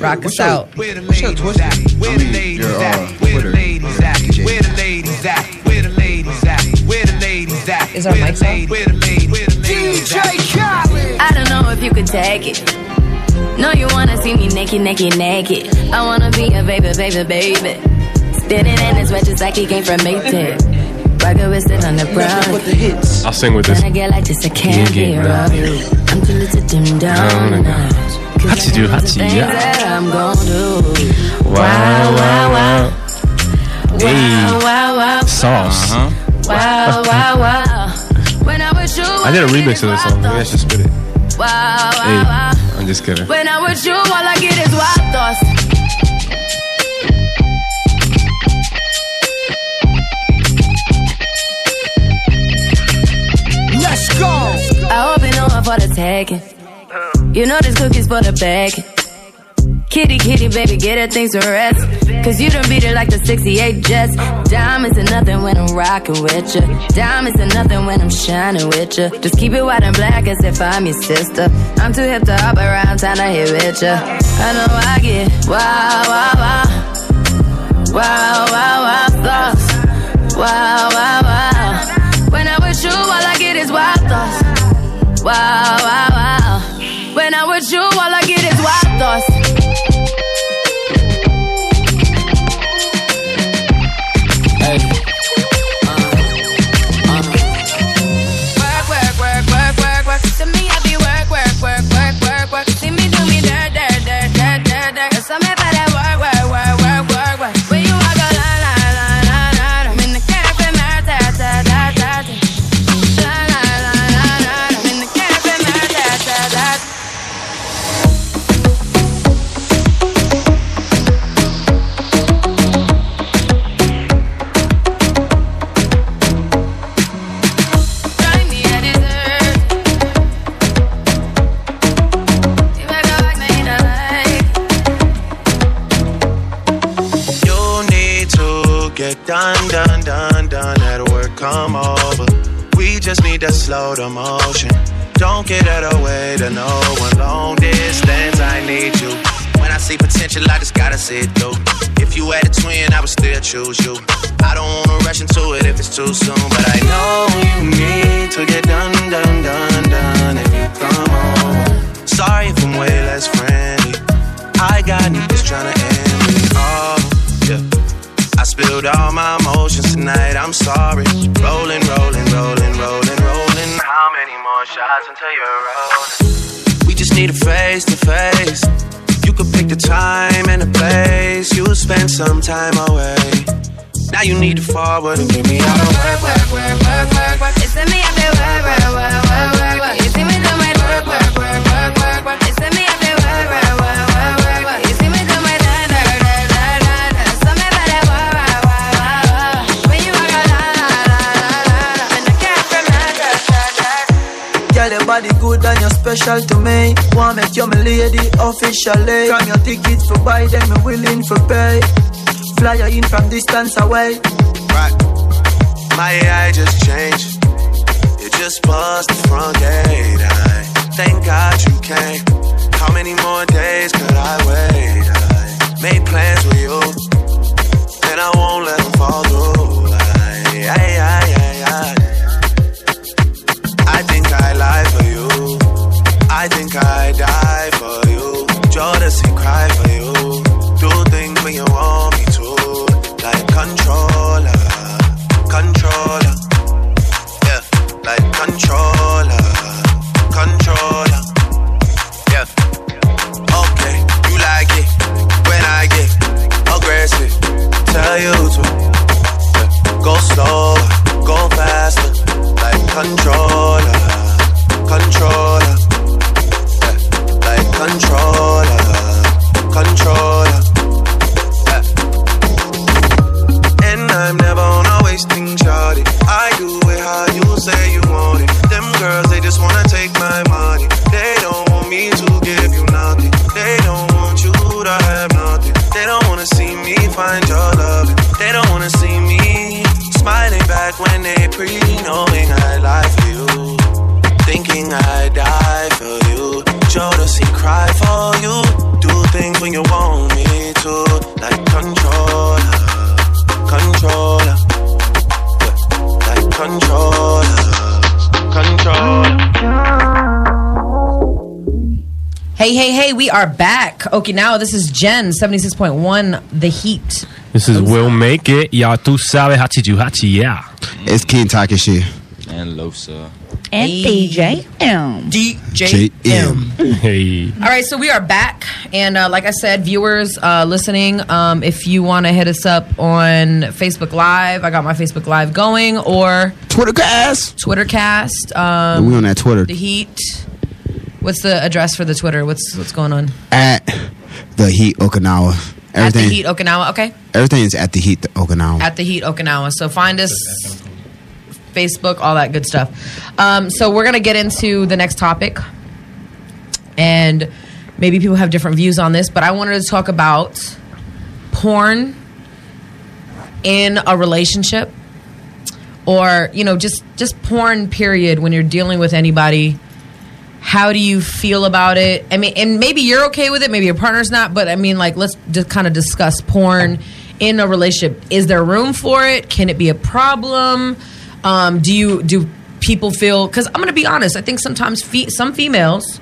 Speaker 11: rock us out.
Speaker 13: Where the ladies at? Where the ladies at? Where the ladies at? Where the ladies at? Where the ladies at? Where the ladies at? Is our mic on? Where the ladies? Where the ladies at?
Speaker 14: I don't know if you could take it. No, you wanna see me naked, naked, naked. I wanna be a baby, baby, baby. Spinning in his wedges like he came from Maytag. Rocket with it on the brown.
Speaker 10: I'll sing with this.
Speaker 14: When I get like this, I can't
Speaker 10: Yeah,
Speaker 14: hear
Speaker 10: yeah,
Speaker 14: of you. I'm too little to dim down.
Speaker 10: Down and down. Hachi do hachi yeah.
Speaker 14: That I'm gonna do.
Speaker 10: Wow wow wow.
Speaker 14: Wow,
Speaker 10: Hey
Speaker 14: wow, wow.
Speaker 10: sauce.
Speaker 14: Wow, wow, wow. When I was you,
Speaker 10: I did a remix of this song. Maybe I should spit it.
Speaker 14: wow, wow,
Speaker 10: Hey,
Speaker 14: wow.
Speaker 10: I'm just kidding.
Speaker 14: When I'm with you, all I get is wild thoughts.
Speaker 13: Let's go.
Speaker 14: for the tagging. You know this cookie's for the bag. Kitty, kitty, baby, get her things to rest. Cause you done beat it like the 68 Jets. Diamonds are nothing when I'm rocking with ya. Diamonds are nothing when I'm shining with ya. Just keep it white and black as if I'm your sister. I'm too hip to hop around, time to hit with ya. I know I get wow, wow, wow. Wow, wow, wow, thoughts. Wow, wow, wow. When I'm with you, all I get is wild thoughts. Wow, wow, wow. When I'm with you, all I get is wild thoughts.
Speaker 15: Hey.
Speaker 16: Work, work, work, work, work, work. To me, I be work, work, work, work, work, work. See me do me dirt, dirt, dirt, dirt, dirt, dirt. There's something about that work, work, work, work, work, work. When you walk a line, line, line, line, line. I'm in the cafe, my da, da, da, da, da. Line, line, line, line, line. I'm in the cafe, my da, da, da, da. Find me, I deserve. If I go back, then I lie.
Speaker 17: You need to get done, done, done, done at work. Come over. We just need to slow the motion. Don't get out of way to no one. Long distance, I need you. When I see potential, I just gotta see it through. If you had a twin, I would still choose you. I don't wanna rush into it if it's too soon, but I know you need to get done, done, done, done. If you come on, sorry if I'm way less friendly. I got niggas tryna end it all. Yeah. I spilled all my emotions tonight. I'm sorry. Rolling, rolling, rolling, rolling, rolling. How many more shots until you're rolling? We just need a face to face. You could pick the time and the place. You spend some time away. Now you need to forward and get me out of
Speaker 16: Work, work, work, work, work, work. It's in me, I feel work, work, work, work, work, work. You see me do my work, work, work, work, work, work. It's in me, I feel work, work, work, work, work, work. You see me do my da, da, da, da, da, da. Something about that work, work, work, work, work. When you walk out, la, la, la, la, la, la. And I can't remember, da, da, da.
Speaker 18: Girl, your body good and you're special to me. Wanna make you my lady officially. From your tickets for buy them, me willing for pay. Fly you in from distance away.
Speaker 17: Right. My AI just changed. It just buzzed the front gate. I thank God you came. How many more days could I wait? I made plans with you, and I won't let them fall through. Like, ay, ay, ay, ay. I think I lie for you. I think I die for you. Jodeci cry for you. Do things when you want me to, like controller, controller. Yeah, like controller, controller. Yeah. Okay, you like it when I get aggressive. Tell you to yeah, go slower, go faster, like controller, controller. Yeah, like controller, controller. And I'm never on a wasting shawty. I do it how you say you want it. Them girls, they just wanna take my money. They don't want me to give you nothing. They don't want you to have nothing. They don't wanna see me find your love. They don't wanna see me smiling back when they pre knowing I lie for you. Thinking I die for you. Jodeci cry for you. Do things when you want me to. Like controller, controller. Yeah, Like controller, controller.
Speaker 11: Hey, hey, hey, we are back. Okay, now this is Jen, 76.1, The Heat.
Speaker 10: This is Will Make It. Ya tu sabe hachi hachi yeah.
Speaker 9: It's King Takashi.
Speaker 2: And Losa.
Speaker 11: And DJ M. DJ
Speaker 10: Hey.
Speaker 11: All right, so we are back, and uh, like I said, viewers uh, listening, um, if you want to hit us up on Facebook Live, I got my Facebook Live going, or
Speaker 9: Twittercast,
Speaker 11: Twittercast. Um,
Speaker 9: We on that Twitter.
Speaker 11: The Heat. What's the address for the Twitter? What's what's going on?
Speaker 9: At the Heat Okinawa.
Speaker 11: At the
Speaker 9: Everything,
Speaker 11: Heat Okinawa. Okay,
Speaker 9: everything is at the Heat Okinawa.
Speaker 11: at the Heat Okinawa. So find us. Facebook, all that good stuff. Um, so we're gonna get into the next topic, and maybe people have different views on this, but I wanted to talk about porn in a relationship, or you know, just just porn. Period. When you're dealing with anybody, how do you feel about it? I mean, and maybe you're okay with it, maybe your partner's not, but I mean, like, let's just kind of discuss porn in a relationship. Is there room for it? Can it be a problem? Um, do you do people feel? Because I'm going to be honest, I think sometimes fe- some females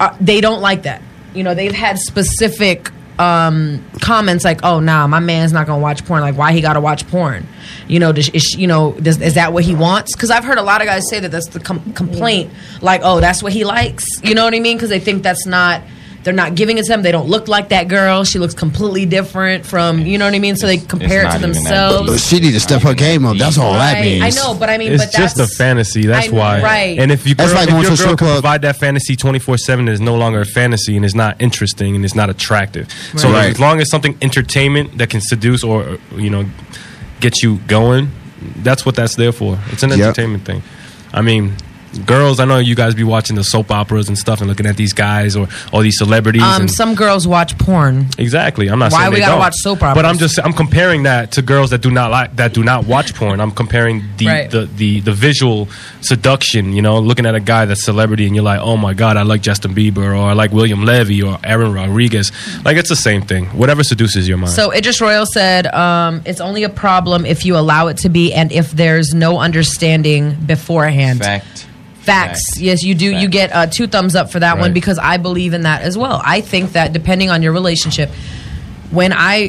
Speaker 11: uh, they don't like that. You know, they've had specific um comments like oh nah my man's not gonna watch porn like why he gotta watch porn you know does, is, she- you know does, is that what he wants because i've heard a lot of guys say that that's the com- complaint like oh that's what he likes you know what i mean because they think that's not they're not giving it to them they don't look like that girl she looks completely different from you know what i mean so they compare it to
Speaker 2: not even that
Speaker 11: themselves
Speaker 9: But she need Uh, to step her game up. That's all that
Speaker 11: Right.
Speaker 9: means.
Speaker 11: I know, but I mean,
Speaker 10: it's
Speaker 11: but
Speaker 10: just a
Speaker 11: that's
Speaker 10: fantasy.
Speaker 11: I
Speaker 10: That's
Speaker 11: know,
Speaker 10: why.
Speaker 11: right.
Speaker 10: And if you
Speaker 9: That's
Speaker 10: girl,
Speaker 9: like
Speaker 10: if
Speaker 9: going
Speaker 10: your
Speaker 9: to a
Speaker 10: girl
Speaker 9: strip
Speaker 10: can
Speaker 9: club.
Speaker 10: provide that fantasy twenty four seven, it's no longer a fantasy and it's not interesting and it's not attractive. So
Speaker 9: Right.
Speaker 10: as long as something entertainment that can seduce or you know get you going, that's what that's there for. It's an
Speaker 9: Yep.
Speaker 10: entertainment thing. I mean. Girls, I know you guys be watching the soap operas and stuff, and looking at these guys or all these celebrities.
Speaker 11: um
Speaker 10: and
Speaker 11: some girls watch porn
Speaker 10: Exactly. I'm not
Speaker 11: Why
Speaker 10: saying
Speaker 11: we
Speaker 10: they
Speaker 11: gotta
Speaker 10: don't.
Speaker 11: watch soap operas?
Speaker 10: But I'm just I'm comparing that to girls that do not like that do not watch porn. I'm comparing the,
Speaker 11: Right.
Speaker 10: the, the the visual seduction. You know, looking at a guy that's celebrity and you're like, oh my god, I like Justin Bieber or I like William Levy or Aaron Rodriguez. Like it's the same thing. Whatever seduces your mind.
Speaker 11: So Idris Royal said, um, "It's only a problem if you allow it to be, and if there's no understanding beforehand."
Speaker 2: Fact.
Speaker 11: Facts.
Speaker 2: Fact.
Speaker 11: Yes, you do. You
Speaker 2: Fact.
Speaker 11: get uh, two thumbs up for that one
Speaker 2: Right.
Speaker 11: because I believe in that as well. I think that depending on your relationship, when I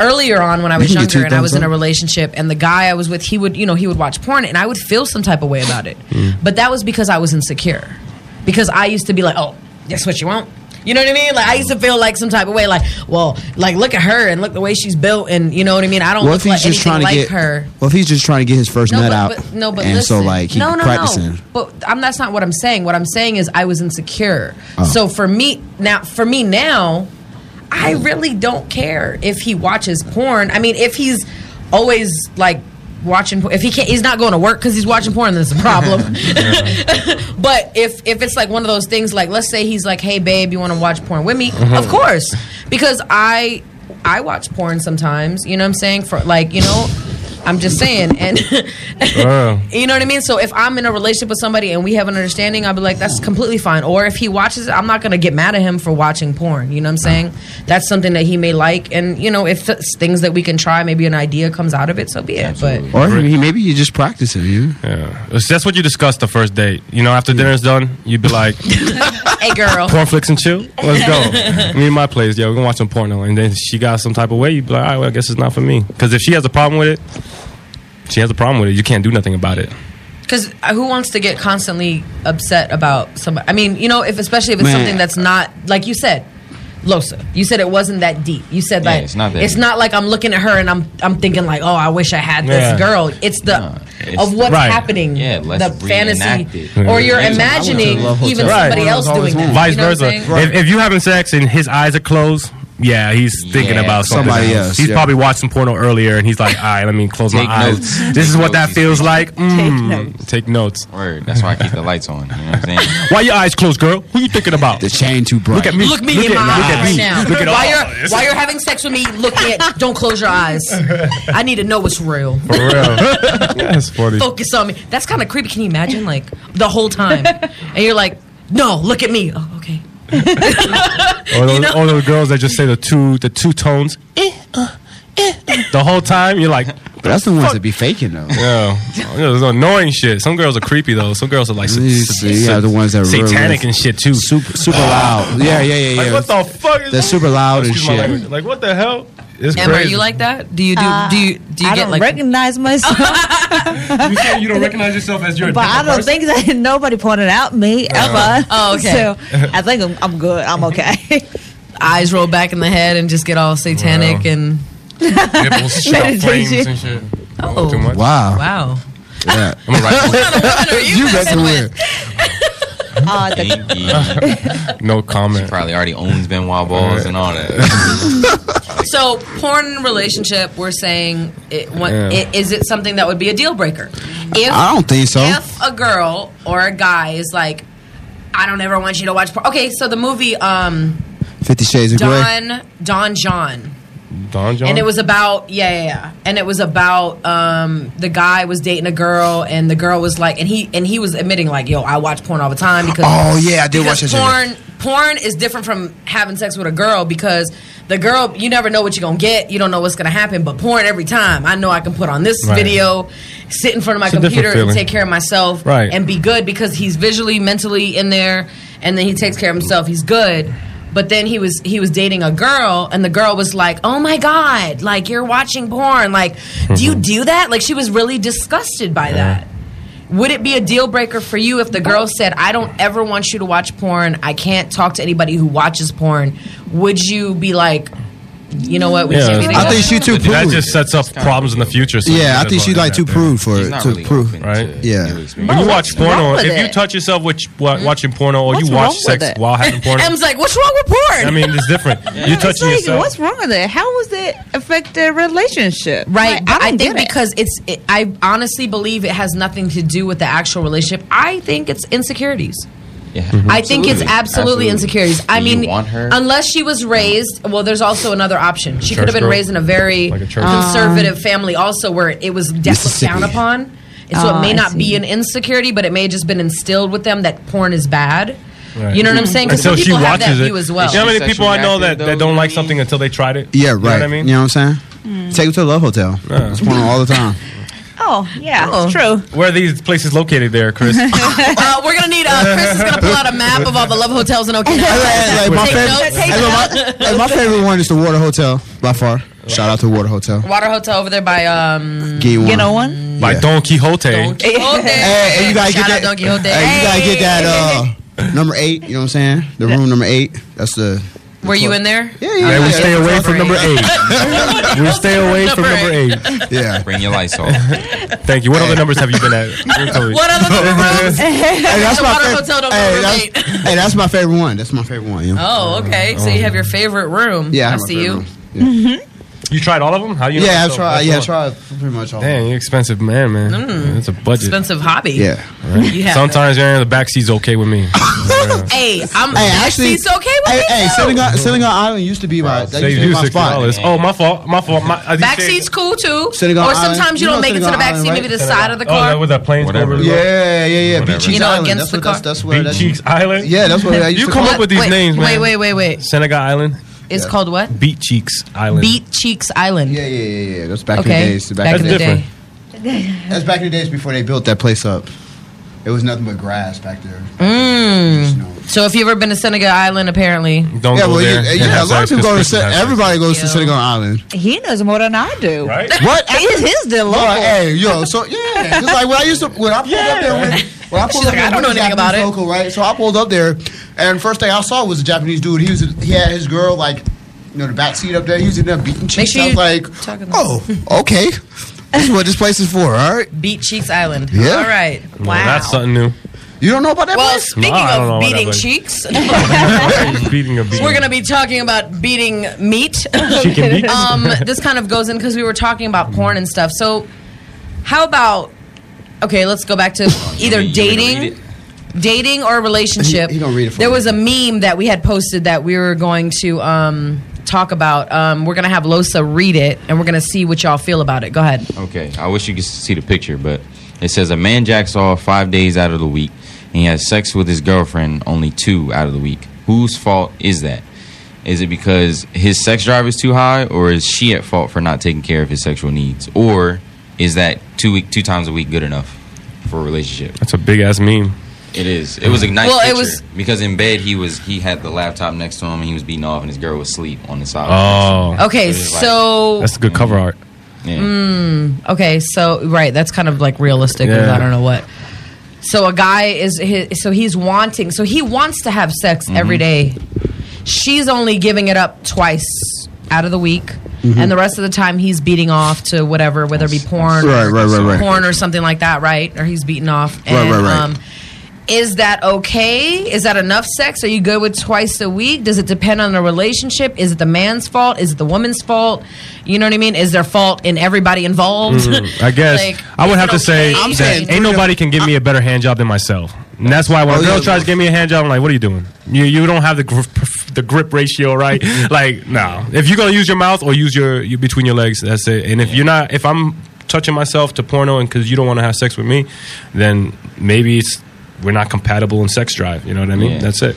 Speaker 11: earlier on when I
Speaker 19: You
Speaker 11: was
Speaker 19: can get two
Speaker 11: younger and I was
Speaker 19: thumbs
Speaker 11: in a
Speaker 19: up.
Speaker 11: relationship and the guy I was with, he would you know he would watch porn and I would feel some type of way about it,
Speaker 9: Mm.
Speaker 11: but that was because I was insecure, because I used to be like, oh, that's what you want. You know what I mean? Like I used to feel like some type of way, like, well, like look at her and look the way she's built, and you know what I mean. I don't
Speaker 9: What
Speaker 11: look
Speaker 9: if he's
Speaker 11: like
Speaker 9: just
Speaker 11: anything
Speaker 9: trying to
Speaker 11: like
Speaker 9: get
Speaker 11: her.
Speaker 9: Well, if he's just trying to get his first nut out,
Speaker 11: But no, but
Speaker 9: and
Speaker 11: listen.
Speaker 9: so like he
Speaker 11: no, no,
Speaker 9: practicing.
Speaker 11: no. But I'm, that's not what I'm saying. What I'm saying is I was insecure.
Speaker 9: Oh.
Speaker 11: So for me now, for me now, I really don't care if he watches porn. I mean, if he's always like watching, por- if he can't, he's not going to work because he's watching porn. That's a problem. but if if it's like one of those things, like let's say he's like, hey babe, you want to watch porn with me?
Speaker 19: Mhm.
Speaker 11: Of course, because I I watch porn sometimes. You know what I'm saying? For like you know. I'm just saying, and
Speaker 10: Oh.
Speaker 11: you know what I mean. So if I'm in a relationship with somebody and we have an understanding, I'll be like, that's completely fine. Or if he watches it, I'm not gonna get mad at him for watching porn. You know what I'm saying? That's something that he may like, and you know, if it's things that we can try, maybe an idea comes out of it. So be it. But
Speaker 9: Or he- maybe you just practicing. You.
Speaker 10: Yeah. It's- That's what you discuss the first date. You know, after dinner's done, you'd be like,
Speaker 11: hey, girl.
Speaker 10: porn flicks and chill. Let's go. me and my place. Yeah, we're gonna watch some porno. And then she got some type of way. You be like, all right, well, I guess it's not for me. Because if she has a problem with it, she has a problem with it. You can't do nothing about it.
Speaker 11: Because uh, who wants to get constantly upset about somebody? I mean, you know, if especially if it's
Speaker 10: Man.
Speaker 11: something that's not like you said, Losa. You said it wasn't that deep. You said
Speaker 2: Yeah,
Speaker 11: like
Speaker 2: it's not that
Speaker 11: it's
Speaker 2: deep.
Speaker 11: not like I'm looking at her and I'm I'm thinking like, oh, I wish I had this
Speaker 2: Yeah.
Speaker 11: girl. It's the
Speaker 2: it's
Speaker 11: of what's
Speaker 2: right.
Speaker 11: happening.
Speaker 2: Yeah, let's
Speaker 11: the
Speaker 2: reenact
Speaker 11: fantasy,
Speaker 2: it.
Speaker 11: or
Speaker 2: Yeah. I
Speaker 11: you're
Speaker 2: went to
Speaker 11: imagining
Speaker 2: Love Hotel.
Speaker 11: even
Speaker 2: Right.
Speaker 11: somebody else doing that.
Speaker 10: Vice
Speaker 11: You know what I'm
Speaker 10: versa.
Speaker 11: saying?
Speaker 10: If, if you're having sex and his eyes are closed, yeah, he's thinking
Speaker 2: Yeah,
Speaker 10: about something
Speaker 2: somebody
Speaker 10: else.
Speaker 2: else,
Speaker 10: He's
Speaker 2: yeah.
Speaker 10: probably watched some porno earlier, and he's like, "All right, let me close
Speaker 2: Take
Speaker 10: my eyes.
Speaker 2: notes.
Speaker 10: This
Speaker 2: Take
Speaker 10: is what
Speaker 2: notes,
Speaker 10: that
Speaker 2: he's
Speaker 10: feels
Speaker 2: thinking.
Speaker 10: like." Mm. Take notes.
Speaker 2: Word. That's why I keep the lights on. You know what I'm saying?
Speaker 10: Why your eyes closed, girl? Who you thinking about? The
Speaker 9: chain too bright.
Speaker 10: Look at me.
Speaker 11: Look me in
Speaker 10: at-
Speaker 11: my
Speaker 10: look
Speaker 11: eyes
Speaker 10: at
Speaker 11: right
Speaker 10: me.
Speaker 11: now.
Speaker 10: Look at all.
Speaker 11: while you're while you're having sex with me, look at. Don't close your eyes. I need to know what's real.
Speaker 10: For real. That's funny.
Speaker 11: focus on me. That's kind of creepy. Can you imagine, like the whole time, and you're like, "No, look at me." Oh, okay.
Speaker 10: Or those, or those girls that just say the two the two tones the whole time. You're like,
Speaker 9: that's the ones that be faking though.
Speaker 10: Yeah, those annoying shit. Some girls are creepy though. Some girls are like, sa- sa-
Speaker 9: yeah,
Speaker 10: sa-
Speaker 9: the ones that really-
Speaker 10: satanic and shit too.
Speaker 9: Super super loud. Yeah, yeah, yeah, yeah.
Speaker 10: Like, what the fuck? Is
Speaker 9: They're super loud and
Speaker 10: Excuse my
Speaker 9: shit.
Speaker 10: language. Like what the hell? It's
Speaker 11: Amber,
Speaker 10: crazy.
Speaker 11: you like that? Do you do?
Speaker 12: Uh,
Speaker 11: do you do you
Speaker 12: I
Speaker 11: get
Speaker 12: don't
Speaker 11: like?
Speaker 12: recognize myself.
Speaker 10: you say you don't recognize yourself as your.
Speaker 12: But I don't think that nobody pointed out me ever.
Speaker 11: Oh, okay.
Speaker 12: So I think I'm, I'm good. I'm okay.
Speaker 11: Eyes roll back in the head and just get all satanic and
Speaker 10: Nipples shoot out flames and shit.
Speaker 11: Oh,
Speaker 10: Too much.
Speaker 9: Wow.
Speaker 11: Wow.
Speaker 9: Yeah.
Speaker 10: I'm a
Speaker 11: writer.
Speaker 9: you messing with?
Speaker 12: Uh,
Speaker 2: Thank you.
Speaker 10: no comment.
Speaker 2: She probably already owns Benoit balls and all that.
Speaker 11: So, porn and relationship, we're saying, it, what,
Speaker 9: Yeah.
Speaker 11: i- is it something that would be a deal breaker? If
Speaker 9: I don't think so.
Speaker 11: If a girl or a guy is like, I don't ever want you to watch porn. Okay, so the movie um,
Speaker 9: Fifty Shades of Grey.
Speaker 11: Don Don John.
Speaker 10: Don
Speaker 11: And it was about yeah, yeah, yeah. And it was about um the guy was dating a girl and the girl was like and he and he was admitting like, yo, I watch porn all the time because
Speaker 9: Oh, yeah, I did
Speaker 11: because
Speaker 9: watch that
Speaker 11: porn
Speaker 9: shit.
Speaker 11: porn is different from having sex with a girl because the girl you never know what you're gonna get, you don't know what's gonna happen, but porn every time. I know I can put on this
Speaker 10: Right.
Speaker 11: video, sit in front of my
Speaker 10: It's a different
Speaker 11: computer and
Speaker 10: feeling.
Speaker 11: take care of myself
Speaker 10: Right.
Speaker 11: and be good because he's visually, mentally in there and then he takes care of himself, he's good but then he was he was dating a girl and the girl was like oh my god like you're watching porn like do
Speaker 10: Mm-hmm.
Speaker 11: you do that like she was really disgusted by that would it be a deal breaker for you if the girl said i don't ever want you to watch porn i can't talk to anybody who watches porn would you be like you know what we can't be
Speaker 10: yeah.
Speaker 9: I think she too
Speaker 10: That
Speaker 9: prude.
Speaker 10: just sets up problems in the future. So
Speaker 9: Yeah,
Speaker 10: you
Speaker 9: I think
Speaker 10: just
Speaker 9: she
Speaker 10: wanna
Speaker 9: like
Speaker 10: have
Speaker 9: too
Speaker 10: that.
Speaker 9: prude for it. Too prude.
Speaker 10: Right?
Speaker 9: Yeah.
Speaker 10: When you watch
Speaker 11: wrong
Speaker 10: porno,
Speaker 11: with
Speaker 10: if you
Speaker 11: it?
Speaker 10: touch yourself with
Speaker 12: Mm.
Speaker 10: wa- watching porno, or
Speaker 12: What's
Speaker 10: you
Speaker 12: wrong
Speaker 10: watch
Speaker 12: with
Speaker 10: sex
Speaker 12: it?
Speaker 10: while having porno,
Speaker 11: Em's like, what's wrong with porn?
Speaker 10: I mean, it's different. You're
Speaker 12: It's
Speaker 10: touching
Speaker 12: like,
Speaker 10: yourself.
Speaker 12: what's wrong with it? How does it affect their relationship?
Speaker 11: Right.
Speaker 12: Like,
Speaker 11: but I,
Speaker 12: don't
Speaker 11: think
Speaker 12: get it.
Speaker 11: because it's, it, I honestly believe it has nothing to do with the actual relationship. I think it's insecurities. I think it's absolutely, insecurities. I
Speaker 2: Do you
Speaker 11: mean,
Speaker 2: want her?
Speaker 11: unless she was raised, well, there's also another option. She
Speaker 2: Church
Speaker 11: could have been
Speaker 2: girl?
Speaker 11: raised in a very
Speaker 2: Like a church girl?
Speaker 11: conservative family, also where it was de- looked down
Speaker 2: Mississippi.
Speaker 11: upon. And so
Speaker 12: Oh,
Speaker 11: it may
Speaker 12: I
Speaker 11: not be
Speaker 12: see.
Speaker 11: an insecurity, but it may have just been instilled with them that porn is bad.
Speaker 10: Right.
Speaker 11: You know what I'm saying?
Speaker 10: Until
Speaker 11: some
Speaker 10: she
Speaker 11: people have
Speaker 10: watches
Speaker 11: that
Speaker 10: it.
Speaker 11: view as well.
Speaker 10: You know how many people I know that, that don't like something until they tried it?
Speaker 9: Yeah,
Speaker 10: You know what
Speaker 9: right.
Speaker 10: I mean?
Speaker 9: I'm saying? Take them to the love hotel. It's porn all the time.
Speaker 12: Oh, yeah, it's true.
Speaker 10: Where are these places located there, Chris?
Speaker 11: uh, we're gonna need. Uh, Chris is gonna pull out a map of all the love hotels in Okinawa.
Speaker 9: Like, my
Speaker 11: Take
Speaker 9: favorite-
Speaker 11: notes.
Speaker 9: Hey, look, my- hey, my favorite one is the Water Hotel by far. Shout out to Water Hotel.
Speaker 11: Water hotel over there by um.
Speaker 9: Get one.
Speaker 12: one.
Speaker 10: By Don Quixote.
Speaker 11: Quixote.
Speaker 9: Hey, hey, you gotta
Speaker 11: Shout
Speaker 9: get
Speaker 11: out
Speaker 9: that.
Speaker 11: Don Quixote.
Speaker 9: Hey, you gotta get that uh, number eight. You know what I'm saying? The room number eight. That's the.
Speaker 11: Were you in there? Yeah,
Speaker 9: yeah,
Speaker 10: we
Speaker 9: yeah,
Speaker 10: stay
Speaker 9: yeah.
Speaker 10: away from number eight. we stay away from
Speaker 11: Number
Speaker 10: number eight.
Speaker 9: Yeah.
Speaker 2: Bring your lights off.
Speaker 10: Thank you. What other numbers have you been at?
Speaker 11: What other rooms?
Speaker 9: hey, that's
Speaker 11: The
Speaker 9: my
Speaker 11: Water
Speaker 9: favorite.
Speaker 11: Hotel don't
Speaker 9: Hey,
Speaker 11: go
Speaker 9: that's,
Speaker 11: room
Speaker 9: hey, that's my favorite one. That's my favorite one. You know?
Speaker 11: Oh, okay. So you have your favorite room.
Speaker 9: Yeah, I
Speaker 11: I
Speaker 9: have my
Speaker 11: see you. Mm-hmm.
Speaker 9: favorite
Speaker 10: You tried all of them? How you?
Speaker 9: Yeah, I've
Speaker 10: So,
Speaker 9: tried.
Speaker 10: that's
Speaker 9: Yeah,
Speaker 10: all.
Speaker 9: I've tried pretty much all.
Speaker 10: Damn, you expensive man, man. That's a budget.
Speaker 11: Expensive hobby.
Speaker 10: Yeah.
Speaker 11: Mm. You have
Speaker 10: Sometimes man, the back seat's okay with me.
Speaker 11: Hey, I'm
Speaker 9: Hey,
Speaker 11: actually.
Speaker 9: actually-
Speaker 11: It's okay with
Speaker 9: Hey,
Speaker 11: me.
Speaker 9: hey,
Speaker 11: too.
Speaker 9: sitting on sitting on island used to be my that
Speaker 10: Save
Speaker 9: used to be
Speaker 10: you
Speaker 9: my
Speaker 10: sixty
Speaker 9: spot.
Speaker 10: dollars. Oh, my fault. My fault. My, I-
Speaker 11: Back seat's cool too. Or
Speaker 9: Senegal
Speaker 11: sometimes
Speaker 9: Island.
Speaker 11: you
Speaker 9: You
Speaker 11: don't
Speaker 9: know
Speaker 11: make it to the
Speaker 9: Senegal
Speaker 11: back
Speaker 9: Island,
Speaker 11: seat,
Speaker 9: right?
Speaker 11: maybe the side of the car.
Speaker 10: Oh, with that planes over the
Speaker 9: Yeah, yeah, yeah. Beach Cheeks
Speaker 11: You know,
Speaker 9: Island.
Speaker 11: against
Speaker 9: that's
Speaker 11: the
Speaker 9: what,
Speaker 11: car.
Speaker 9: That's, that's where
Speaker 10: Big
Speaker 9: that's,
Speaker 10: Cheeks Island.
Speaker 9: Yeah, that's what I used
Speaker 10: you
Speaker 9: to
Speaker 10: come
Speaker 9: call
Speaker 10: up with these
Speaker 11: Wait,
Speaker 10: names, man.
Speaker 11: wait, wait, wait, wait.
Speaker 10: Seneca Island,
Speaker 11: It's called what?
Speaker 10: Beat Cheeks Island.
Speaker 11: Beat Cheeks Island.
Speaker 9: Yeah, yeah, yeah, yeah. That's back
Speaker 11: Okay.
Speaker 9: in the days.
Speaker 11: Back in the
Speaker 9: day. That's back in the days before they built that place up. It was nothing but grass back there.
Speaker 11: Mm. So if you've ever been to Senegal Island, apparently
Speaker 10: Don't
Speaker 9: yeah,
Speaker 10: go
Speaker 9: well,
Speaker 10: there.
Speaker 9: You,
Speaker 10: Yeah,
Speaker 9: yeah, a lot
Speaker 10: sorry,
Speaker 9: of people go to.
Speaker 10: Chris,
Speaker 9: Sen-
Speaker 10: Chris, Chris.
Speaker 9: everybody goes to Senegal Island.
Speaker 12: He knows more than I do.
Speaker 10: Right?
Speaker 9: What?
Speaker 12: It's his the
Speaker 9: Boy,
Speaker 12: local.
Speaker 9: hey, yo, so yeah, it's like when I used to when I pulled up there. When, when I pulled
Speaker 11: She's
Speaker 9: up
Speaker 11: like,
Speaker 9: there,
Speaker 11: I don't know
Speaker 9: one
Speaker 11: anything about
Speaker 9: Japanese
Speaker 11: it.
Speaker 9: Local, right? So I pulled up there, and first thing I saw was a Japanese dude. He was he had his girl like, you know, the back seat up there. He was in there beating cheeks.
Speaker 11: sure
Speaker 9: I was
Speaker 11: you
Speaker 9: like, oh, okay, this is what this place is for. All right,
Speaker 11: Beat Cheeks Island.
Speaker 9: Yeah.
Speaker 11: All right. Wow.
Speaker 10: Well, that's something new.
Speaker 9: you don't know about that
Speaker 11: Well,
Speaker 9: place?
Speaker 11: speaking
Speaker 10: No, I don't know
Speaker 11: of
Speaker 10: about that
Speaker 11: beating
Speaker 10: place.
Speaker 11: cheeks,
Speaker 10: Beating a beat.
Speaker 11: we're going to be talking about beating meat.
Speaker 10: Chicken meat?
Speaker 11: um, this kind of goes in because we were talking about porn and stuff. So, how about okay? Let's go back to either dating, dating or relationship.
Speaker 9: He gonna read it for
Speaker 11: there
Speaker 9: me.
Speaker 11: was a meme that we had posted that we were going to um, talk about. Um, we're going to have Losa read it, and we're going to see what y'all feel about it. Go ahead.
Speaker 2: Okay, I wish you could see the picture, but it says a man jacks off five days out of the week and he has sex with his girlfriend only two out of the week. Whose fault is that? Is it because his sex drive is too high, or is she at fault for not taking care of his sexual needs, or is that two week two times a week good enough for a relationship?
Speaker 10: That's a big ass meme.
Speaker 2: It is. It was a nice
Speaker 11: Well, it
Speaker 2: picture
Speaker 11: was-
Speaker 2: because in bed he was he had the laptop next to him and he was beating off and his girl was asleep on the side.
Speaker 10: Oh.
Speaker 11: Okay,
Speaker 2: It was like-
Speaker 11: so
Speaker 10: That's a good cover art.
Speaker 2: Yeah.
Speaker 11: Mm, okay, so right, that's kind of like realistic. or
Speaker 10: Yeah.
Speaker 11: I don't know what. So a guy is hi so he's wanting so he wants to have sex every day. She's only giving it up twice out of the week, and the rest of the time he's beating off to whatever, whether it be porn,
Speaker 9: Right, right, right, right.
Speaker 11: porn or something like that, right? Or he's beating off. And,
Speaker 9: Right, right, right.
Speaker 11: Um, Is that okay? Is that enough sex? Are you good with twice a week? Does it depend on the relationship? Is it the man's fault? Is it the woman's fault? You know what I mean? Is there fault in everybody involved?
Speaker 10: Mm, I guess
Speaker 11: Like,
Speaker 10: I would
Speaker 11: is
Speaker 10: have
Speaker 11: it
Speaker 10: to say
Speaker 11: okay?
Speaker 10: that ain't nobody can give me a better hand job than myself. And that's why when
Speaker 11: Oh,
Speaker 10: a girl
Speaker 11: yeah.
Speaker 10: tries to give me a hand job, I'm like, "What are you doing? You you don't have the grip, the grip ratio right. like, no. If you're gonna use your mouth or use your you, between your legs, that's it. And if you're not, if I'm touching myself to porno and because you don't want to have sex with me, then maybe it's we're not compatible in sex drive. You know what I mean?
Speaker 9: Yeah.
Speaker 10: That's it.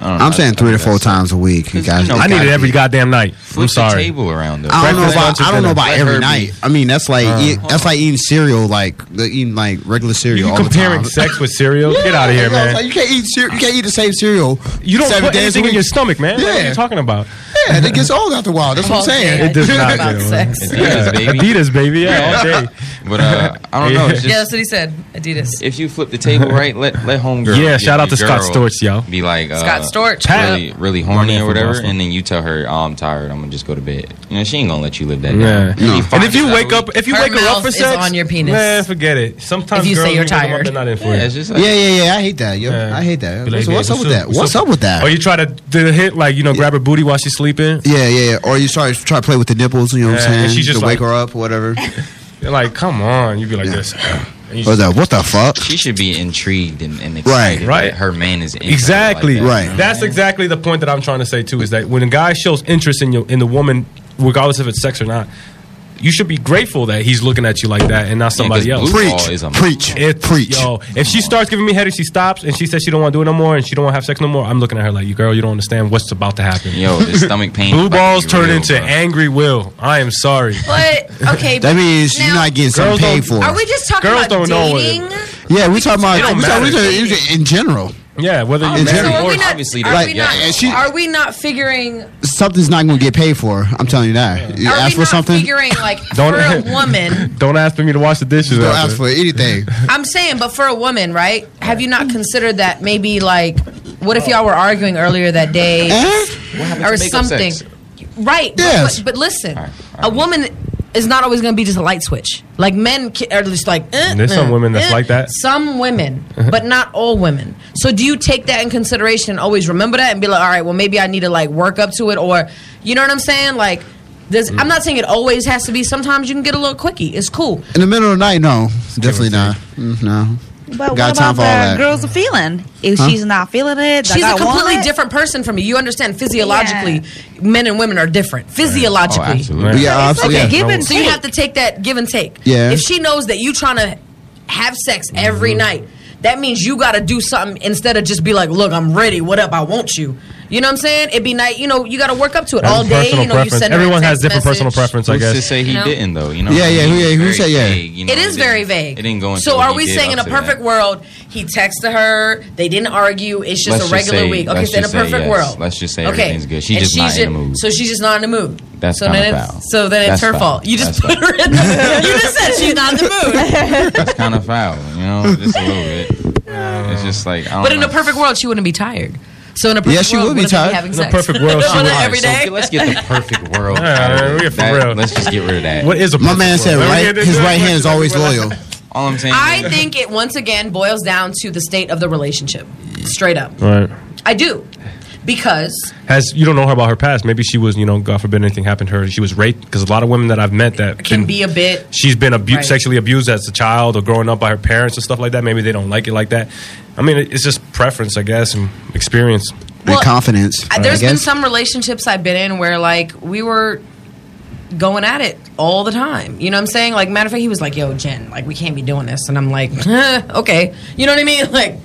Speaker 11: Uh,
Speaker 9: I'm saying three to four times a week. You guys,
Speaker 10: I
Speaker 9: it
Speaker 10: need
Speaker 9: gotta
Speaker 10: it every
Speaker 9: be.
Speaker 10: goddamn night. I'm
Speaker 9: the
Speaker 10: sorry.
Speaker 9: table
Speaker 2: around
Speaker 9: I don't know about I don't know about every night. I mean, that's like
Speaker 10: Uh,
Speaker 9: eat, that's like eating cereal, like the- eating like regular cereal. all the
Speaker 10: comparing
Speaker 9: time.
Speaker 10: sex with cereal? Get outta here,
Speaker 9: Yeah,
Speaker 10: man.
Speaker 9: it's like you can't eat cere- you can't eat the same cereal.
Speaker 10: You don't
Speaker 9: seven
Speaker 10: put
Speaker 9: days a
Speaker 10: anything in
Speaker 9: week.
Speaker 10: your stomach, man. What are
Speaker 9: Yeah.
Speaker 10: you talking about?
Speaker 9: Yeah, it gets old after a while. That's what I'm saying.
Speaker 10: It does not. get one.
Speaker 2: Adidas, baby.
Speaker 10: Adidas, baby. Yeah, all day.
Speaker 2: But uh, I don't know. It's
Speaker 11: yeah,
Speaker 2: just,
Speaker 11: that's what he said. Adidas.
Speaker 2: If you flip the table right, let let homegirl.
Speaker 10: Yeah,
Speaker 2: your-
Speaker 10: shout out
Speaker 2: your
Speaker 10: to Scott
Speaker 2: girl
Speaker 10: Storch, yo.
Speaker 2: Be like uh,
Speaker 11: Scott Storch.
Speaker 2: really, really horny
Speaker 10: man
Speaker 2: or
Speaker 10: from
Speaker 2: whatever,
Speaker 10: Boston.
Speaker 2: and then you tell her, "Oh, I'm tired. I'm gonna just go to bed." You know, she ain't gonna let you live that
Speaker 10: Yeah.
Speaker 2: down. You
Speaker 10: No.
Speaker 2: need five
Speaker 10: And if you
Speaker 2: days out
Speaker 10: wake
Speaker 2: of
Speaker 10: up, if you
Speaker 11: Her
Speaker 10: wake her
Speaker 11: mouth
Speaker 10: up for
Speaker 11: is
Speaker 10: sex,
Speaker 11: on your penis.
Speaker 10: man, forget it. Sometimes
Speaker 11: If you
Speaker 10: girls
Speaker 11: say you're
Speaker 10: wake them up,
Speaker 11: tired.
Speaker 10: they're not in for
Speaker 2: Yeah,
Speaker 10: it.
Speaker 2: it's just
Speaker 9: Yeah, yeah, yeah. I hate that. Yo. I hate that.
Speaker 10: Be like,
Speaker 9: What's,
Speaker 10: "Hey,
Speaker 9: what's up with that? What's, up? with that?
Speaker 10: Or Oh, you try to do the hit like you know, grab her booty while she's sleeping.
Speaker 9: yeah, yeah, yeah. Or you start try to play with the nipples. You know what I'm
Speaker 10: Yeah,
Speaker 9: saying?
Speaker 10: and she just
Speaker 9: to
Speaker 10: like-
Speaker 9: wake her up, whatever.
Speaker 10: You're like, come on. You'd be like this.
Speaker 9: Or that? What the fuck?
Speaker 2: She should be intrigued and, and excited.
Speaker 10: Right.
Speaker 2: that Her man is into her
Speaker 10: Exactly.
Speaker 2: like that, you know?
Speaker 10: That's exactly the point that I'm trying to say too. Is that when a guy shows interest in you in the woman, regardless if it's sex or not, you should be grateful that he's looking at you like that and not somebody
Speaker 2: 'cause
Speaker 10: else.
Speaker 2: blue Preach. ball is a- Preach.
Speaker 10: It's-
Speaker 2: Preach.
Speaker 10: Yo, if she starts giving me headaches, she stops and she says she don't want to do it no more and she don't want to have sex no more. I'm looking at her like, you girl, you don't understand what's about to happen.
Speaker 2: Yo, the stomach pain
Speaker 10: Blue
Speaker 2: about to
Speaker 10: balls
Speaker 2: be
Speaker 10: turn
Speaker 2: real,
Speaker 10: into
Speaker 2: bro.
Speaker 10: angry will. I am sorry.
Speaker 11: But okay,
Speaker 9: That means you're not getting something paid for.
Speaker 11: Are we just talking
Speaker 10: Girls don't
Speaker 11: about
Speaker 10: know what it-
Speaker 11: dating?
Speaker 9: Yeah, we talking
Speaker 10: It
Speaker 9: about
Speaker 10: don't
Speaker 9: we talking, we
Speaker 10: matter.
Speaker 9: talking- we talking in general.
Speaker 10: Yeah, whether
Speaker 9: you're married
Speaker 11: Oh, so are
Speaker 9: or-
Speaker 11: we not,
Speaker 9: Obviously,
Speaker 11: are,
Speaker 9: like,
Speaker 11: we
Speaker 9: yeah,
Speaker 11: not
Speaker 9: and she-
Speaker 11: are we not figuring
Speaker 9: Something's not gonna get paid for. I'm telling you that. You
Speaker 11: are
Speaker 9: ask
Speaker 11: we
Speaker 9: for
Speaker 11: not
Speaker 9: something.
Speaker 11: figuring like
Speaker 9: Don't-
Speaker 11: for a woman
Speaker 10: Don't ask for me to wash the dishes.
Speaker 9: Don't
Speaker 10: after.
Speaker 9: ask for anything.
Speaker 11: I'm saying, but for a woman, right? Have you not considered that maybe like, what if y'all were arguing earlier that day,
Speaker 9: Eh?
Speaker 2: happened
Speaker 11: or
Speaker 2: to makeup
Speaker 11: something?
Speaker 2: sex?
Speaker 11: Right. but-
Speaker 2: Yes.
Speaker 11: But, but listen, a woman is not always going to be just a light switch. Like men ki- are just like. eh,
Speaker 10: There's some
Speaker 11: eh,
Speaker 10: women that's
Speaker 11: eh.
Speaker 10: like that.
Speaker 11: Some women, but not all women. So do you take that in consideration and always remember that and be like, all right, well maybe I need to like work up to it, or you know what I'm saying? Like, there's,
Speaker 10: Mm.
Speaker 11: I'm not saying it always has to be. Sometimes you can get a little quickie. It's cool.
Speaker 9: In the middle of the night, no, definitely not. Mm, no,
Speaker 12: But
Speaker 9: Got
Speaker 12: what about
Speaker 9: time for all
Speaker 12: the
Speaker 9: that.
Speaker 12: girl's feeling? If
Speaker 9: Huh?
Speaker 12: she's not feeling it, the
Speaker 11: She's
Speaker 12: guy
Speaker 11: a completely
Speaker 12: want it?
Speaker 11: different person from you. You understand physiologically, men and women are different physiologically.
Speaker 9: Oh, absolutely. Yeah, absolutely.
Speaker 11: Okay,
Speaker 9: Yeah.
Speaker 11: give and
Speaker 9: No.
Speaker 11: so you have to take that give and take.
Speaker 9: Yeah.
Speaker 11: If she knows that you trying to have sex every night, that means you got to do something instead of just be like, "Look, I'm ready. What up? I want you." You know what I'm saying? It'd be nice. You know, you got to work up to it all day. You know,
Speaker 10: personal
Speaker 11: you
Speaker 10: preference.
Speaker 11: send her a
Speaker 10: Everyone has
Speaker 11: text
Speaker 10: different
Speaker 11: message.
Speaker 10: personal preference, I
Speaker 2: Who's
Speaker 10: guess.
Speaker 2: to say he
Speaker 11: No.
Speaker 2: didn't though? You know.
Speaker 9: Yeah,
Speaker 2: what I
Speaker 9: yeah,
Speaker 2: mean?
Speaker 9: who- yeah, who
Speaker 2: Very
Speaker 9: said, yeah.
Speaker 2: vague, you know,
Speaker 11: it is
Speaker 2: didn't-
Speaker 11: very vague.
Speaker 2: It didn't go into
Speaker 11: So
Speaker 2: what
Speaker 11: are
Speaker 2: he
Speaker 11: we
Speaker 2: did
Speaker 11: saying in a
Speaker 2: up to that.
Speaker 11: perfect world he texted her, they didn't argue, it's just
Speaker 2: Let's
Speaker 11: a regular
Speaker 2: just say-
Speaker 11: week. Okay,
Speaker 2: let's
Speaker 11: so in a
Speaker 2: just say
Speaker 11: perfect
Speaker 2: yes.
Speaker 11: world.
Speaker 2: Let's just say
Speaker 11: okay.
Speaker 2: everything's good. She just
Speaker 11: she's
Speaker 2: not in the mood.
Speaker 11: So she's just not in the mood.
Speaker 2: That's
Speaker 11: so then
Speaker 2: kinda
Speaker 11: it's,
Speaker 2: foul.
Speaker 11: So then it's
Speaker 2: That's
Speaker 11: her
Speaker 2: foul.
Speaker 11: fault. You just
Speaker 2: That's
Speaker 11: put her in the mood. You just said she's not in the mood.
Speaker 2: That's kind of foul, you know, just a little bit. It's just like I don't
Speaker 11: but in
Speaker 2: know.
Speaker 11: a perfect world she wouldn't be tired. So in a perfect
Speaker 2: Yeah, she
Speaker 11: world,
Speaker 2: would be
Speaker 11: what if we
Speaker 2: tired.
Speaker 11: Having
Speaker 2: In a
Speaker 11: sex?
Speaker 2: perfect world, she
Speaker 11: On
Speaker 2: would.
Speaker 11: an
Speaker 2: Alright,
Speaker 11: every
Speaker 2: so
Speaker 11: day.
Speaker 2: let's get the perfect world.
Speaker 10: Yeah,
Speaker 2: out of
Speaker 10: we're
Speaker 2: it.
Speaker 10: for
Speaker 2: That-
Speaker 10: real.
Speaker 2: Let's just get rid of that.
Speaker 10: What is a
Speaker 9: My man
Speaker 2: perfect
Speaker 9: said
Speaker 2: world?
Speaker 9: right, his right hand is always loyal.
Speaker 2: All I'm saying.
Speaker 11: I think it once again boils down to the state of the relationship. Straight up.
Speaker 10: Right.
Speaker 11: I do. Because
Speaker 10: Has you don't know her about her past? Maybe she was, you know, God forbid anything happened to her. She was raped because a lot of women that I've met that
Speaker 11: can
Speaker 10: been-
Speaker 11: be a bit
Speaker 10: she's been abu-
Speaker 11: Right.
Speaker 10: sexually abused as a child or growing up by her parents and stuff like that. Maybe they don't like it like that. I mean, it- it's just preference, I guess, and experience
Speaker 9: and confidence.
Speaker 12: uh,
Speaker 11: I- There's been some relationships I've been in where like we were going at it all the time. You know what I'm saying? Like matter of fact, he was like, "Yo, Jen, like we can't be doing this," and I'm like, "Okay," you know what I mean? Like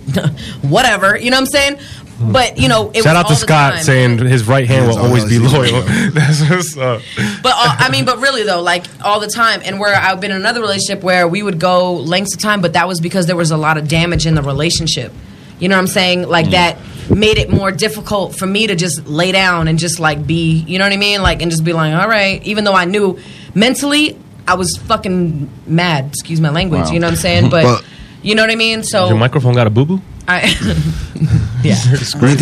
Speaker 11: whatever. You know what I'm saying? But you know, it
Speaker 10: Shout
Speaker 11: was
Speaker 10: out
Speaker 11: all
Speaker 10: to
Speaker 11: the
Speaker 10: Scott
Speaker 11: time.
Speaker 10: saying his right hand will always be loyal. That's what's up.
Speaker 11: But all, I mean, but really though, like all the time, and where I've been in another relationship where we would go lengths of time, but that was because there was a lot of damage in the relationship. You know what I'm saying?
Speaker 10: Mm.
Speaker 11: Like that made it more difficult for me to just lay down and just like be, you know what I mean? Like and just be like, all right, even though I knew mentally I was fucking mad. Excuse my language.
Speaker 10: Wow.
Speaker 11: You know what I'm saying? But,
Speaker 10: But-
Speaker 11: you know what I mean? So
Speaker 10: Your microphone got a boo boo.
Speaker 11: I.
Speaker 9: length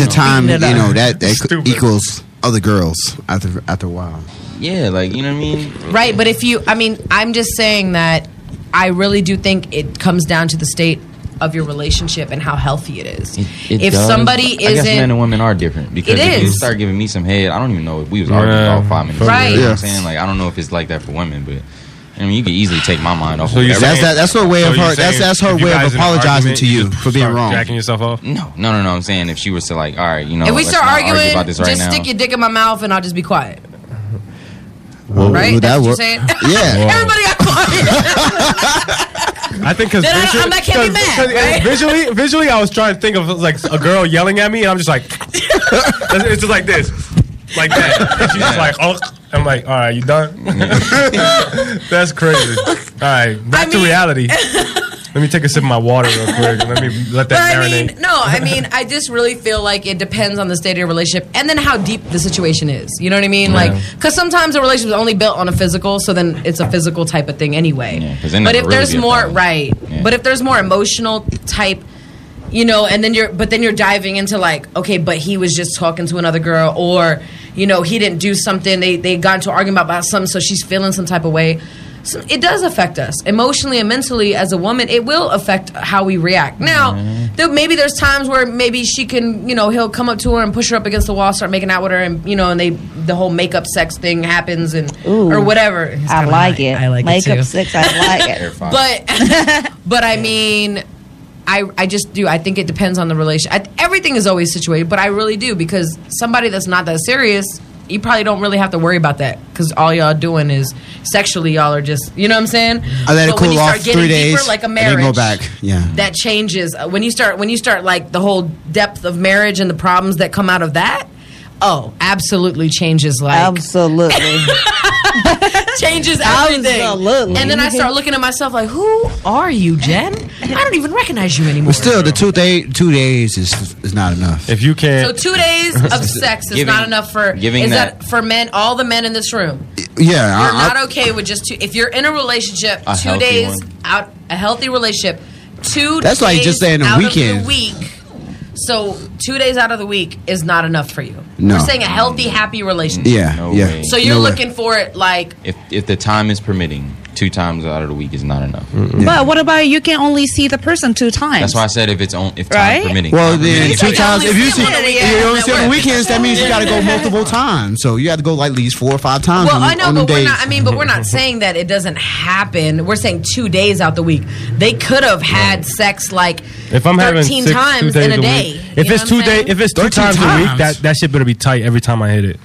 Speaker 9: of time. You
Speaker 11: Beating it
Speaker 9: know
Speaker 11: up.
Speaker 9: that that equals other girls after after a while.
Speaker 2: Yeah, like you know what I mean.
Speaker 11: Right, but if you, I mean, I'm just saying that I really do think it comes down to the state of your relationship and how healthy it is.
Speaker 2: It
Speaker 11: if
Speaker 2: does.
Speaker 11: somebody
Speaker 2: I guess
Speaker 11: isn't-
Speaker 2: men and women are different because
Speaker 11: It
Speaker 2: if you
Speaker 11: is.
Speaker 2: start giving me some head, I don't even know if we was arguing
Speaker 10: Yeah.
Speaker 2: all five minutes.
Speaker 11: Right.
Speaker 2: You know what I'm
Speaker 10: Yes.
Speaker 2: saying like I don't know if it's like that for women, but I mean you could easily take my mind off.
Speaker 10: So
Speaker 2: of
Speaker 10: you
Speaker 2: whatever.
Speaker 9: That's that, that's her way of her. That's that's her way of apologizing to you for being wrong.
Speaker 10: yourself off?
Speaker 2: No, no, no, no. I'm saying if she was to like, all right, you know,
Speaker 11: if we
Speaker 2: let's
Speaker 11: start
Speaker 2: not argue
Speaker 11: arguing,
Speaker 2: about this right
Speaker 11: just
Speaker 2: now.
Speaker 11: stick your dick in my mouth and I'll just be quiet.
Speaker 9: Well,
Speaker 11: right?
Speaker 9: would
Speaker 11: That's
Speaker 9: that
Speaker 11: what you're
Speaker 9: work?
Speaker 11: saying?
Speaker 9: Yeah.
Speaker 11: Everybody got quiet.
Speaker 10: I think because
Speaker 11: Then I- I'm like, can't be mad, right?
Speaker 10: visually, visually, I was trying to think of like a girl yelling at me, and I'm just like, it's just like this, like that. And she's just like, oh, I'm like, all right, you done? That's crazy. All right, back to reality. Let me take a sip of my water real quick. Let me let
Speaker 11: But
Speaker 10: that
Speaker 11: I
Speaker 10: marinate.
Speaker 11: mean, no, I mean, I just really feel like it depends on the state of your relationship and then how deep the situation is. You know what I mean?
Speaker 2: Yeah.
Speaker 11: Like, because sometimes a relationship is only built on a physical, so then it's a physical type of thing anyway.
Speaker 2: 'cause then
Speaker 11: but
Speaker 2: that
Speaker 11: if
Speaker 2: could really
Speaker 11: there's
Speaker 2: be a
Speaker 11: more,
Speaker 2: problem.
Speaker 11: right? But if there's more emotional type. You know, and then you're, but then you're diving into like, okay, but he was just talking to another girl, or you know, he didn't do something. They they got into an argument about something, so she's feeling some type of way. So it does affect us emotionally and mentally as a woman. It will affect how we react. Now, there, maybe there's times where maybe she can, you know, he'll come up to her and push her up against the wall, start making out with her, and you know, and they the whole makeup sex thing happens and or whatever. It's
Speaker 12: I
Speaker 11: kinda
Speaker 12: like
Speaker 11: hot.
Speaker 12: it.
Speaker 11: I like
Speaker 12: Makeup
Speaker 11: it too.
Speaker 12: sex, I like it.
Speaker 11: But but I mean, I I just do. I think it depends on the relation. I, everything is always situated, but I really do because somebody that's not that serious. You probably don't really have to worry about that because all y'all doing is sexually, y'all are just, you know what I'm saying?
Speaker 9: I let it
Speaker 11: But when
Speaker 9: cool
Speaker 11: you start
Speaker 9: off
Speaker 11: getting
Speaker 9: three days,
Speaker 11: Deeper, like a
Speaker 9: and
Speaker 11: marriage,
Speaker 9: then go back. Yeah.
Speaker 11: that changes Uh, when you start when you start like the whole depth of marriage and the problems that come out of that oh absolutely changes like
Speaker 12: absolutely
Speaker 11: changes everything
Speaker 12: Absolutely.
Speaker 11: and then i start looking at myself like who are you jen i don't even recognize you anymore
Speaker 9: But still, the two day two days is is not enough.
Speaker 10: If you
Speaker 11: so
Speaker 9: can't,
Speaker 11: two days of sex is
Speaker 9: Giving-
Speaker 11: not enough for
Speaker 9: giving
Speaker 11: is that, for men all the men in this room
Speaker 9: yeah,
Speaker 11: you're
Speaker 9: I,
Speaker 11: not okay with just two if you're in a relationship
Speaker 9: uh, A
Speaker 11: two
Speaker 9: healthy
Speaker 11: days
Speaker 9: one.
Speaker 11: out a healthy relationship two
Speaker 9: That's like
Speaker 11: days
Speaker 9: just saying a
Speaker 11: out of the
Speaker 9: weekend.
Speaker 11: week so two days out of the week is not enough for you
Speaker 2: No.
Speaker 11: we're saying a healthy happy relationship
Speaker 2: Yeah, No yeah. way.
Speaker 11: so you're
Speaker 2: No way.
Speaker 11: looking for it like
Speaker 2: if if the time is permitting, two times out of the week is not enough.
Speaker 12: But what about you can only see the person two times?
Speaker 2: That's why I said if it's on if time
Speaker 12: Right?
Speaker 2: permitting.
Speaker 9: Well,
Speaker 2: Time
Speaker 9: then
Speaker 2: permitting.
Speaker 9: two times. If you see,
Speaker 11: on the weekend,
Speaker 9: you only
Speaker 11: that
Speaker 9: see on the
Speaker 11: works.
Speaker 9: weekends, that means you got to go multiple times. So you have to go like at least four or five times.
Speaker 11: well
Speaker 9: on,
Speaker 11: i know
Speaker 9: on
Speaker 11: but
Speaker 9: them
Speaker 11: we're
Speaker 9: days.
Speaker 11: not i mean but we're not saying that it doesn't happen we're saying two days out the week they could have had sex like
Speaker 10: If I'm having
Speaker 11: 13
Speaker 10: six, two
Speaker 11: times
Speaker 10: days
Speaker 11: in a
Speaker 10: week-
Speaker 11: day
Speaker 10: if
Speaker 11: You
Speaker 10: it's
Speaker 11: know
Speaker 10: two
Speaker 11: what I'm
Speaker 10: day,
Speaker 11: saying?
Speaker 10: if it's two
Speaker 11: 13
Speaker 10: times, a week,
Speaker 11: times.
Speaker 10: that that shit better be tight every time I hit it.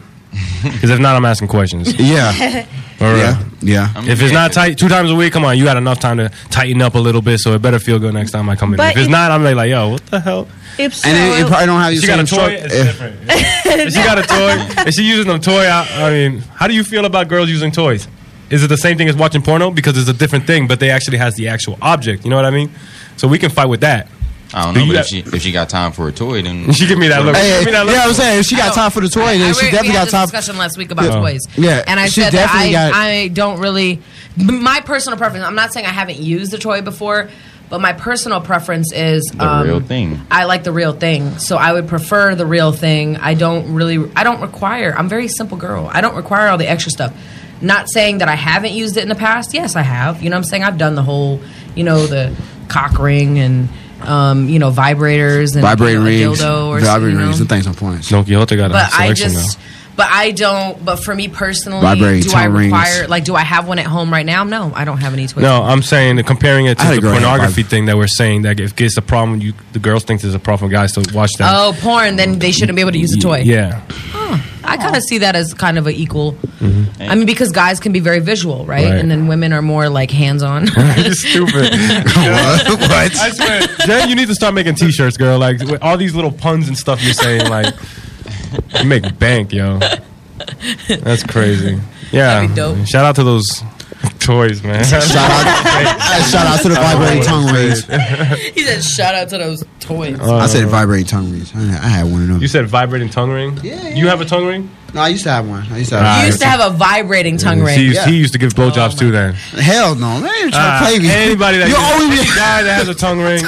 Speaker 10: Because if not, I'm asking questions.
Speaker 9: Yeah.
Speaker 10: All right.
Speaker 9: Yeah. Yeah.
Speaker 10: If it's not tight two times a week, come on, you got enough time to tighten up a little bit, so it better feel good next time I come in.
Speaker 12: But
Speaker 10: If it's
Speaker 12: if-
Speaker 10: not, I'm like, like, yo, what the hell?
Speaker 12: If so,
Speaker 10: She got a toy. It's different. If she got a toy, and she using them toy. I, I mean, how do you feel about girls using toys? Is it the same thing as watching porno? Because it's a different thing, but they actually has the actual object. You know what I mean? So we can fight with that.
Speaker 2: I don't
Speaker 10: Do
Speaker 2: know,
Speaker 10: you
Speaker 2: but
Speaker 10: got-
Speaker 2: if she if she got time for a toy, then
Speaker 10: She give me that look.
Speaker 9: Hey,
Speaker 10: Give me that
Speaker 9: yeah,
Speaker 10: look.
Speaker 9: I'm saying if she got time for the toy, then
Speaker 11: I-
Speaker 9: she
Speaker 11: we-
Speaker 9: definitely
Speaker 11: we had
Speaker 9: got
Speaker 11: this
Speaker 9: time.
Speaker 11: discussion last week about
Speaker 9: Yeah.
Speaker 11: toys.
Speaker 9: Yeah,
Speaker 11: and I
Speaker 9: she
Speaker 11: said that I,
Speaker 9: definitely got-
Speaker 11: I don't really. My personal preference. I'm not saying I haven't used the toy before, but my personal preference is
Speaker 2: the
Speaker 11: um,
Speaker 2: real thing.
Speaker 11: I like the real thing, so I would prefer the real thing. I don't really, I don't require. I'm a very simple girl. I don't require all the extra stuff. Not saying that I haven't used it in the past. Yes, I have. You know, what I'm saying I've done the whole, you know, the cock ring and um, you know vibrators and
Speaker 9: Vibrating
Speaker 11: you know, a
Speaker 9: rings,
Speaker 11: dildo or
Speaker 9: vibrating
Speaker 11: you know?
Speaker 9: rings, and things on points.
Speaker 10: No Quixote got
Speaker 11: but I just, but I don't. But for me personally,
Speaker 10: Vibrate,
Speaker 11: do I
Speaker 10: tongue rings.
Speaker 11: require? Like, do I have one at home right now? No, I don't have any toys.
Speaker 10: No, I'm saying that comparing it to
Speaker 11: I had
Speaker 10: the
Speaker 11: a girl have
Speaker 10: pornography thing that we're saying that if it's a problem, you the girls think there's a problem. Guys, so watch that.
Speaker 11: Oh, porn! Then they shouldn't be able to use a toy.
Speaker 10: Yeah.
Speaker 11: I kind of see that as kind of an equal. I mean, because guys can be very visual, right?
Speaker 10: Mm-hmm. Right.
Speaker 11: And then women are more like hands-on.
Speaker 10: Stupid. I swear, Jen, you need to start making T-shirts, girl. Like with all these little puns and stuff you're saying, like you make bank, yo. That's crazy. Yeah. Shout out to those toys, man.
Speaker 9: Shout out, shout out to the vibrating tongue rings.
Speaker 11: he said, "Shout out to those toys."
Speaker 10: Oh,
Speaker 9: I said vibrating tongue rings. I I had one of them.
Speaker 10: You said vibrating tongue ring. Yeah, You have a tongue ring?
Speaker 9: No, I used to have one. I used to
Speaker 10: Ah,
Speaker 9: have.
Speaker 11: You used to have a vibrating tongue ring. Oh,
Speaker 10: He used, he used to give blowjobs too. Then
Speaker 9: Mm. Hell no, man! You're trying
Speaker 10: Ah,
Speaker 9: to play me.
Speaker 10: anybody that
Speaker 9: you
Speaker 10: gets-
Speaker 9: always
Speaker 10: any guy that has a tongue ring.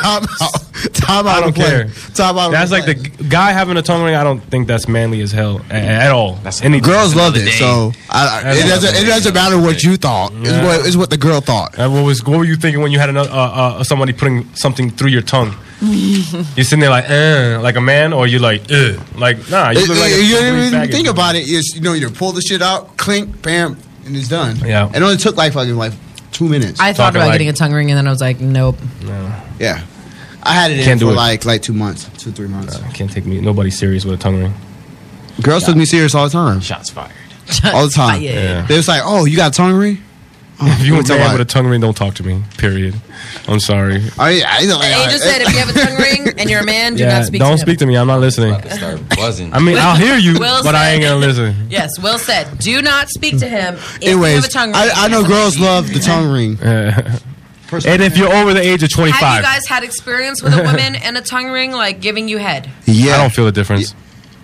Speaker 9: Time out
Speaker 10: I don't
Speaker 9: of play.
Speaker 10: care.
Speaker 9: Time out of
Speaker 10: That's like the g- guy having a tongue ring. I don't think that's manly as hell a- at all. That's Any
Speaker 9: girls loved it, so I, I- it doesn't. It doesn't matter what you thought. It's, what, it's what the girl thought.
Speaker 10: what was what were you thinking when you had another, uh, uh, somebody putting something through your tongue? You sitting there like, eh, like a man, or you like, eh, like nah. You
Speaker 9: It-
Speaker 10: look like
Speaker 9: it-
Speaker 10: a
Speaker 9: Uh,
Speaker 10: complete
Speaker 9: you don't even
Speaker 10: faggot.
Speaker 9: think about it. It's, you know, you pull the shit out, clink, bam, and it's done.
Speaker 10: Yeah.
Speaker 9: It only took like fucking like two minutes.
Speaker 11: I thought about getting a tongue ring and then I was like, nope.
Speaker 9: Yeah. I had it in
Speaker 10: Can't do
Speaker 9: for
Speaker 10: it. Uh,
Speaker 9: like like two months, two three months.
Speaker 10: Can't take me. Nobody serious with a tongue ring.
Speaker 9: Girls took me serious all the time.
Speaker 10: Shots fired.
Speaker 9: all the time.
Speaker 10: fired. Yeah.
Speaker 9: They was like, "Oh, you got a tongue ring? Oh,
Speaker 10: If you
Speaker 9: we
Speaker 10: want to
Speaker 9: talk
Speaker 10: man
Speaker 9: about
Speaker 10: with a tongue ring, don't talk to me. Period. I'm sorry.
Speaker 9: I, I,
Speaker 11: you just said if you have a tongue ring and you're a man, do not speak
Speaker 10: don't
Speaker 11: to him.
Speaker 10: speak to me. I'm not listening. I mean, I'll hear you,
Speaker 11: Will
Speaker 10: but I
Speaker 11: said-
Speaker 10: ain't gonna listen.
Speaker 11: Yes, Will said, do not speak to him. If you have a
Speaker 9: Anyways,
Speaker 11: tongue ring,
Speaker 9: I, I know girls love the tongue ring.
Speaker 10: and if you're over the age of
Speaker 11: Have you
Speaker 10: 25,
Speaker 11: guys had experience with a woman and a tongue ring like giving you head?
Speaker 9: yeah,
Speaker 10: I don't feel the difference.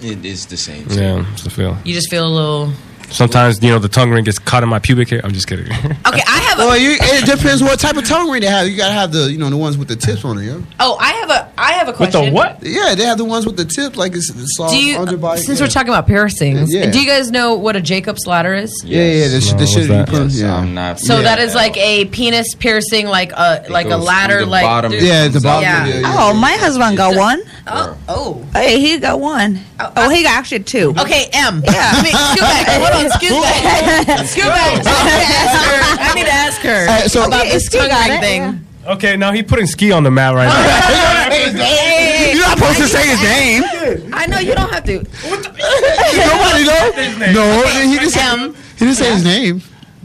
Speaker 2: It is the same.
Speaker 10: Yeah, it's the feel.
Speaker 11: You just feel a little.
Speaker 10: Sometimes you know the tongue ring gets caught in my pubic hair. I'm just kidding.
Speaker 11: Okay, I have. A,
Speaker 9: Well, you, it depends what type of tongue ring they have. You gotta have the you know the ones with the tips on it. Yeah?
Speaker 11: Oh, I have a. I have a question.
Speaker 9: Yeah, they have the ones with the tip, like it's, it's soft
Speaker 11: Do you?
Speaker 9: underbody.
Speaker 11: Since
Speaker 9: yeah.
Speaker 11: we're talking about piercings,
Speaker 9: Yeah.
Speaker 11: do you guys know what a Jacob's ladder is?
Speaker 9: yeah, yeah, the, sh-
Speaker 2: No,
Speaker 9: the
Speaker 2: what's
Speaker 9: shit you
Speaker 10: Uh,
Speaker 2: that?
Speaker 9: put.
Speaker 2: Yes,
Speaker 9: yeah,
Speaker 2: I'm not.
Speaker 11: So
Speaker 2: Yeah.
Speaker 11: that is like a penis piercing, like a like a
Speaker 2: goes
Speaker 11: ladder,
Speaker 2: through the
Speaker 11: like
Speaker 2: bottom.
Speaker 11: through-
Speaker 2: Yeah, the bottom, yeah, yeah,
Speaker 12: Oh, my husband got one.
Speaker 11: Oh, oh.
Speaker 12: Hey, he got one. Oh, he got actually two.
Speaker 11: Okay, M.
Speaker 12: Yeah.
Speaker 11: I mean, scoot back. Hold on, scoot back. Scoot back. I need to ask her. I need to ask her
Speaker 12: Uh, so-
Speaker 11: about
Speaker 12: Okay,
Speaker 11: this
Speaker 12: Ski
Speaker 11: tongue
Speaker 12: got
Speaker 11: ring
Speaker 12: it,
Speaker 11: thing.
Speaker 10: okay, now he putting ski on the mat right now.
Speaker 11: You're
Speaker 9: not supposed to say his name.
Speaker 11: I know you don't have to.
Speaker 9: Nobody know. No, he just
Speaker 11: Him.
Speaker 9: he didn't say his name.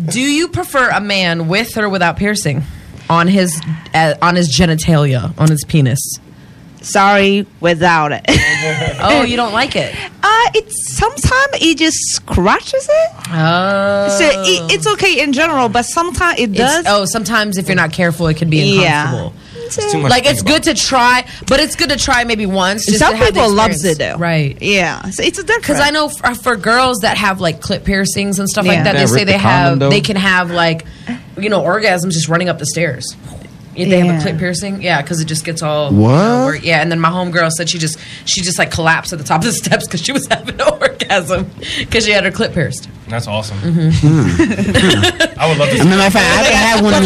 Speaker 11: Do you prefer a man with or without piercing on his uh, on his genitalia, on his penis?
Speaker 12: Sorry, without it.
Speaker 11: oh, you don't like it.
Speaker 12: Uh, it's sometimes it just scratches it.
Speaker 11: Oh.
Speaker 12: So it, it's okay in general, but sometimes it
Speaker 11: It's-
Speaker 12: does.
Speaker 11: oh, sometimes if you're not careful, it can be
Speaker 12: Yeah.
Speaker 11: uncomfortable.
Speaker 12: It's too much
Speaker 11: like
Speaker 12: to
Speaker 11: it's good to try, but it's good to try maybe once. Just
Speaker 12: Some
Speaker 11: to have the
Speaker 12: people loves it
Speaker 11: experience.
Speaker 12: though.
Speaker 11: right?
Speaker 12: Yeah, so it's a different.
Speaker 11: Because I know for, for girls that have like clip piercings and stuff like
Speaker 12: Yeah.
Speaker 11: that, they
Speaker 12: That
Speaker 11: say
Speaker 12: rip the
Speaker 11: they have
Speaker 12: condom, though?
Speaker 11: they can have like you know orgasms just running up the stairs. If they have a
Speaker 12: Yeah.
Speaker 11: clip piercing, yeah, because it just gets all you
Speaker 12: What?
Speaker 11: know, where- yeah, and then my homegirl said she just she just like collapsed at the top of the steps because she was having an orgasm because she had her clip pierced.
Speaker 10: That's awesome.
Speaker 9: I
Speaker 10: would love to.
Speaker 9: As a matter of fact, I haven't had one of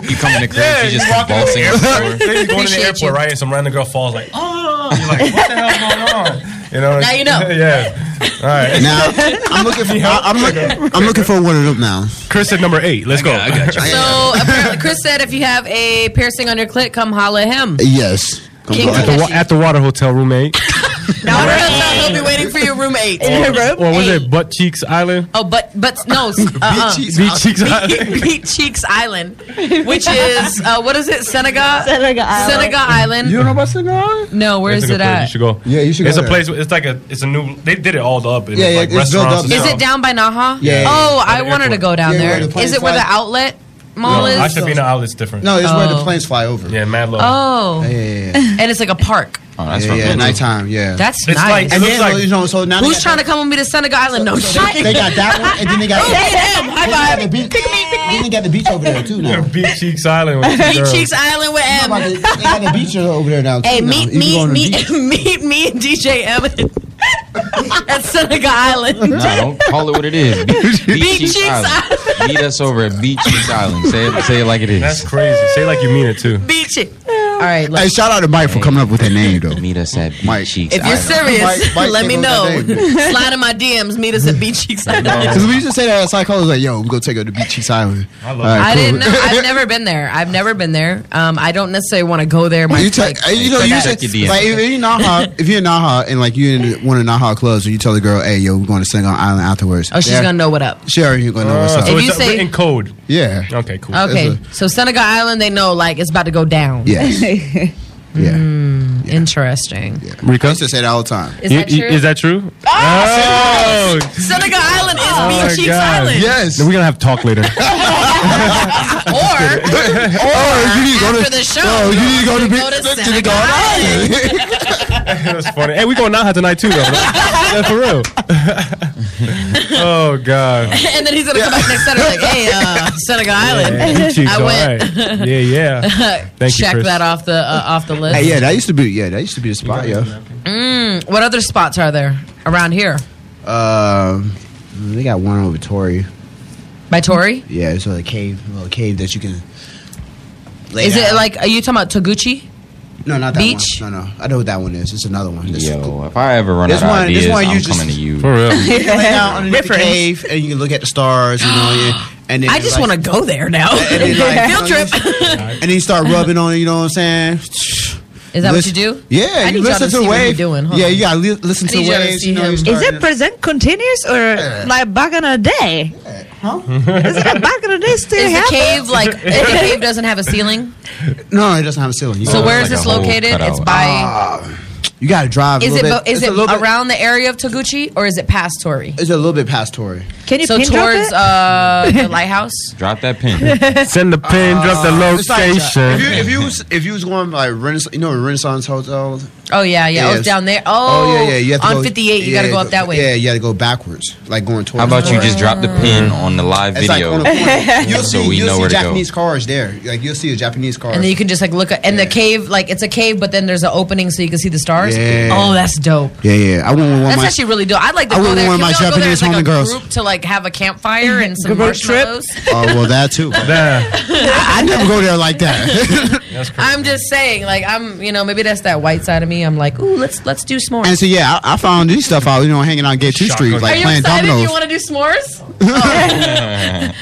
Speaker 10: these.
Speaker 2: You come in the crib,
Speaker 10: Yeah,
Speaker 2: she
Speaker 10: you
Speaker 2: just
Speaker 10: walk in the
Speaker 2: convulsing.
Speaker 10: airport. Say you going to the
Speaker 2: Appreciate
Speaker 10: airport, right? And some random girl falls like, oh, you're like, what the hell's going on? You know?
Speaker 11: Now you know.
Speaker 10: yeah. All right.
Speaker 9: Now I'm looking for I'm looking I'm looking for one of them now.
Speaker 10: Chris at number eight. Let's go. I got you.
Speaker 11: So apparently Chris said if you have a piercing on your clit, come holla at him.
Speaker 9: Yes.
Speaker 11: King
Speaker 10: at, the, wa- at the water hotel roommate.
Speaker 11: He'll be waiting for your roommate.
Speaker 10: or was it butt cheeks island?
Speaker 11: Oh, but but no, uh-uh.
Speaker 10: Cheeks Beat Island. Cheeks Island.
Speaker 11: Beat Cheeks Island, which is uh, what is it? Seneca.
Speaker 12: Seneca Island.
Speaker 11: Seneca Island.
Speaker 9: You don't know about Seneca Island?
Speaker 11: No, where is
Speaker 10: That's a
Speaker 11: it
Speaker 10: good place. You
Speaker 11: at?
Speaker 10: should go. Yeah, you
Speaker 9: should go
Speaker 10: It's a
Speaker 9: there.
Speaker 10: place. It's like a. It's a new. They did it all up. And
Speaker 9: Yeah, yeah,
Speaker 10: Like
Speaker 9: it's built
Speaker 10: restaurants
Speaker 9: up
Speaker 10: and
Speaker 9: now.
Speaker 11: Is
Speaker 10: stuff.
Speaker 11: it down by Naha?
Speaker 10: Yeah, yeah,
Speaker 11: Oh,
Speaker 10: yeah.
Speaker 11: I wanted to go down
Speaker 10: Yeah,
Speaker 11: there.
Speaker 10: where the
Speaker 11: Is it where the outlet mall
Speaker 10: No,
Speaker 11: is?
Speaker 10: I should be in the outlet's different.
Speaker 9: No, it's where the
Speaker 11: Oh.
Speaker 9: planes fly over.
Speaker 10: Yeah, mad low.
Speaker 11: Oh,
Speaker 9: Yeah, yeah, yeah.
Speaker 11: and it's like a park.
Speaker 2: Oh,
Speaker 10: that's
Speaker 9: that's yeah,
Speaker 10: from
Speaker 9: yeah,
Speaker 10: Hulu.
Speaker 9: nighttime. Yeah,
Speaker 11: That's It's nice. like- it
Speaker 9: and
Speaker 10: looks
Speaker 9: then,
Speaker 10: like-
Speaker 9: you know, so now they
Speaker 11: Who's
Speaker 9: got
Speaker 11: trying to come with me to Seneca Island? No
Speaker 9: So
Speaker 11: shit.
Speaker 9: they got that one, and then they got-
Speaker 11: Oh, hey, him.
Speaker 9: Then they
Speaker 11: High
Speaker 9: got
Speaker 11: five.
Speaker 9: the beach. Then they got the beach over there too now.
Speaker 10: Beach Cheeks Island. with two
Speaker 11: Beat
Speaker 10: girls.
Speaker 11: Cheeks Island with M.
Speaker 9: They got the beach over there now.
Speaker 11: Hey,
Speaker 9: too now. You
Speaker 11: meet
Speaker 9: can go
Speaker 11: me,
Speaker 9: on the
Speaker 11: meet,
Speaker 9: beach.
Speaker 11: meet me and DJ Emmett at Seneca Island.
Speaker 2: Nah, don't call it what it is. Beach,
Speaker 11: Beach Cheeks
Speaker 2: Island. Meet us over at Beach Cheeks Island. Say it, say it like it is. That's
Speaker 10: crazy. Say it like you mean it too.
Speaker 11: Beach. All right,
Speaker 9: Hey, shout out to Mike for coming up with that name though.
Speaker 2: Meet us at Beach Cheeks
Speaker 11: if you're serious,
Speaker 9: Mike- Mike
Speaker 11: let me
Speaker 9: came up
Speaker 11: know.
Speaker 9: with that name.
Speaker 11: Slide in my DMs. Meet us at Beach Cheeks Island.
Speaker 9: Because we used to say that at Psycho, was like, yo, we're going to take her to Beach Cheeks Island. I love
Speaker 11: I didn't know. I've never been there. I've never been there. Um, I don't necessarily want to go there. My,
Speaker 9: you, tell,
Speaker 11: like,
Speaker 9: you know,
Speaker 11: for
Speaker 9: you
Speaker 11: that.
Speaker 9: should, like, if you're in Naha, if you're in Naha and like you're in one of Naha clubs, and you tell the girl, "Hey, yo, we're going to sing on Island afterwards."
Speaker 11: Oh, she's
Speaker 9: Yeah.
Speaker 11: gonna know what up.
Speaker 9: She already gonna know what's
Speaker 10: Uh,
Speaker 9: up.
Speaker 10: so it's written code.
Speaker 9: Yeah.
Speaker 10: Okay, cool.
Speaker 11: Okay,
Speaker 9: It's
Speaker 11: so Seneca Island, they know like it's about to go down.
Speaker 9: Yes. Yeah.
Speaker 11: Mm, Interesting.
Speaker 9: a- I used to say that all the time.
Speaker 11: Is that true? Ah,
Speaker 10: Is that true?
Speaker 11: Seneca Island is
Speaker 10: Oh my
Speaker 11: Beach Cheeks
Speaker 10: Oh God.
Speaker 11: Island.
Speaker 10: We're gonna have talk later.
Speaker 11: or
Speaker 19: you need to go
Speaker 11: after
Speaker 19: to-
Speaker 11: the show,
Speaker 19: oh, you need to go to
Speaker 11: we
Speaker 19: Big-
Speaker 11: to,
Speaker 19: to the
Speaker 11: Senegal
Speaker 19: Garden
Speaker 11: Island.
Speaker 10: That's funny. Hey, we going out tonight too, though. Yeah, for real. oh God.
Speaker 11: and then he's gonna come back next Saturday like, "Hey, uh, Senegal Island,
Speaker 10: Yeah, you cheeks,
Speaker 11: I
Speaker 10: all
Speaker 11: went."
Speaker 10: right. Yeah, yeah. Thank you,
Speaker 11: Check
Speaker 10: Chris.
Speaker 11: that off the uh, off the list.
Speaker 9: Hey, yeah, that used to be yeah, that used to be the spot, yeah.
Speaker 11: Mm, what other spots are there around here?
Speaker 9: Um, they got one over Tory.
Speaker 11: By Tory?
Speaker 9: Yeah, it's a little cave, a little cave that you can. lay
Speaker 11: Is it
Speaker 9: down.
Speaker 11: like are you talking about Toguchi?
Speaker 9: No, not that
Speaker 11: beach?
Speaker 9: one. No, no, I know what that one is. It's another one. This,
Speaker 2: Yo, if I ever run
Speaker 9: This
Speaker 2: out
Speaker 9: one-
Speaker 2: of
Speaker 9: this
Speaker 2: ideas,
Speaker 9: one you
Speaker 2: I'm
Speaker 9: just-
Speaker 2: coming to you.
Speaker 10: For real.
Speaker 9: you can lay down underneath the
Speaker 11: Reference.
Speaker 9: cave and you can look at the stars. You know, yeah, and then
Speaker 11: I
Speaker 9: you
Speaker 11: just
Speaker 9: like-
Speaker 11: want to go there now.
Speaker 9: And then, like,
Speaker 11: Field trip.
Speaker 9: and then you start rubbing on it. You know what I'm saying?
Speaker 11: Is that what you do?
Speaker 9: Yeah,
Speaker 11: I
Speaker 9: you
Speaker 11: need
Speaker 9: listen
Speaker 11: y'all to
Speaker 9: to
Speaker 11: see
Speaker 9: the
Speaker 11: what he
Speaker 9: wave.
Speaker 11: doing. Hold
Speaker 9: Yeah,
Speaker 11: on.
Speaker 9: you gotta li- listen
Speaker 11: I
Speaker 9: to
Speaker 11: need y'all to
Speaker 9: waves.
Speaker 11: see
Speaker 9: You know, you
Speaker 11: him.
Speaker 12: Is
Speaker 9: start-
Speaker 12: it present continuous or like back in the day?
Speaker 9: Huh?
Speaker 12: Is it back in the day still
Speaker 11: Is the
Speaker 12: happen?
Speaker 11: cave like the cave doesn't have a ceiling?
Speaker 9: No, it doesn't have Oh, a ceiling. You
Speaker 11: So
Speaker 9: gotta-
Speaker 11: where is this located? It's by.
Speaker 9: Ah, you gotta drive.
Speaker 11: Is
Speaker 9: a
Speaker 11: it
Speaker 9: little
Speaker 11: bo-
Speaker 9: Bit.
Speaker 11: is
Speaker 9: it's
Speaker 11: it
Speaker 9: a little bit,
Speaker 11: around the area of Toguchi or is it past Tory?
Speaker 9: It's a little bit past Tory.
Speaker 11: Can
Speaker 12: you
Speaker 11: so
Speaker 12: pin drop
Speaker 11: towards
Speaker 12: it?
Speaker 11: uh, the lighthouse?
Speaker 2: Drop that pin.
Speaker 10: Send the pin. drop the
Speaker 9: Uh, it's like-
Speaker 10: location.
Speaker 9: If you if you was, if you was going like Renaissance, you know Renaissance Hotel.
Speaker 11: Oh yeah, yeah. Oh,
Speaker 9: Yes.
Speaker 11: it's down there. Oh,
Speaker 9: yeah, yeah. You have to
Speaker 11: on
Speaker 9: go-
Speaker 11: 58, you got to
Speaker 9: yeah,
Speaker 11: go up that way.
Speaker 9: Yeah, you got to go backwards, like going towards.
Speaker 2: How about you
Speaker 9: Tory.
Speaker 2: just drop the pin
Speaker 10: Mm.
Speaker 2: on the live
Speaker 9: It's like
Speaker 2: video?
Speaker 9: on the corner. You'll
Speaker 2: so
Speaker 9: see,
Speaker 2: we
Speaker 9: you'll
Speaker 2: know
Speaker 9: see
Speaker 2: where to go.
Speaker 9: Japanese cars there. Like you'll see a Japanese car.
Speaker 11: And then you can just like look at and the cave, like it's a cave, but then there's an opening so you can see the stars.
Speaker 9: Yeah.
Speaker 11: Oh, that's dope.
Speaker 9: yeah, yeah. I went with one
Speaker 11: that's
Speaker 9: of my.
Speaker 11: actually really dope. I'd like to
Speaker 9: I
Speaker 11: go
Speaker 9: wouldn't
Speaker 11: there.
Speaker 9: want
Speaker 11: Can
Speaker 9: my
Speaker 11: we all go there
Speaker 9: Japanese
Speaker 11: as like a
Speaker 9: homegirls.
Speaker 11: group to like have a campfire and some
Speaker 12: Group trip?
Speaker 11: marshmallows?
Speaker 9: Oh well, that too. I, I never go there like that.
Speaker 11: I'm just saying, like I'm, you know, maybe that's that white side of me. I'm like, ooh, let's let's do s'mores.
Speaker 9: and so yeah, I, I found this stuff out. You know, hanging out Gay Two Street,
Speaker 11: Are
Speaker 9: like
Speaker 11: you
Speaker 9: playing
Speaker 11: excited?
Speaker 9: dominoes.
Speaker 11: You want to do s'mores? Oh.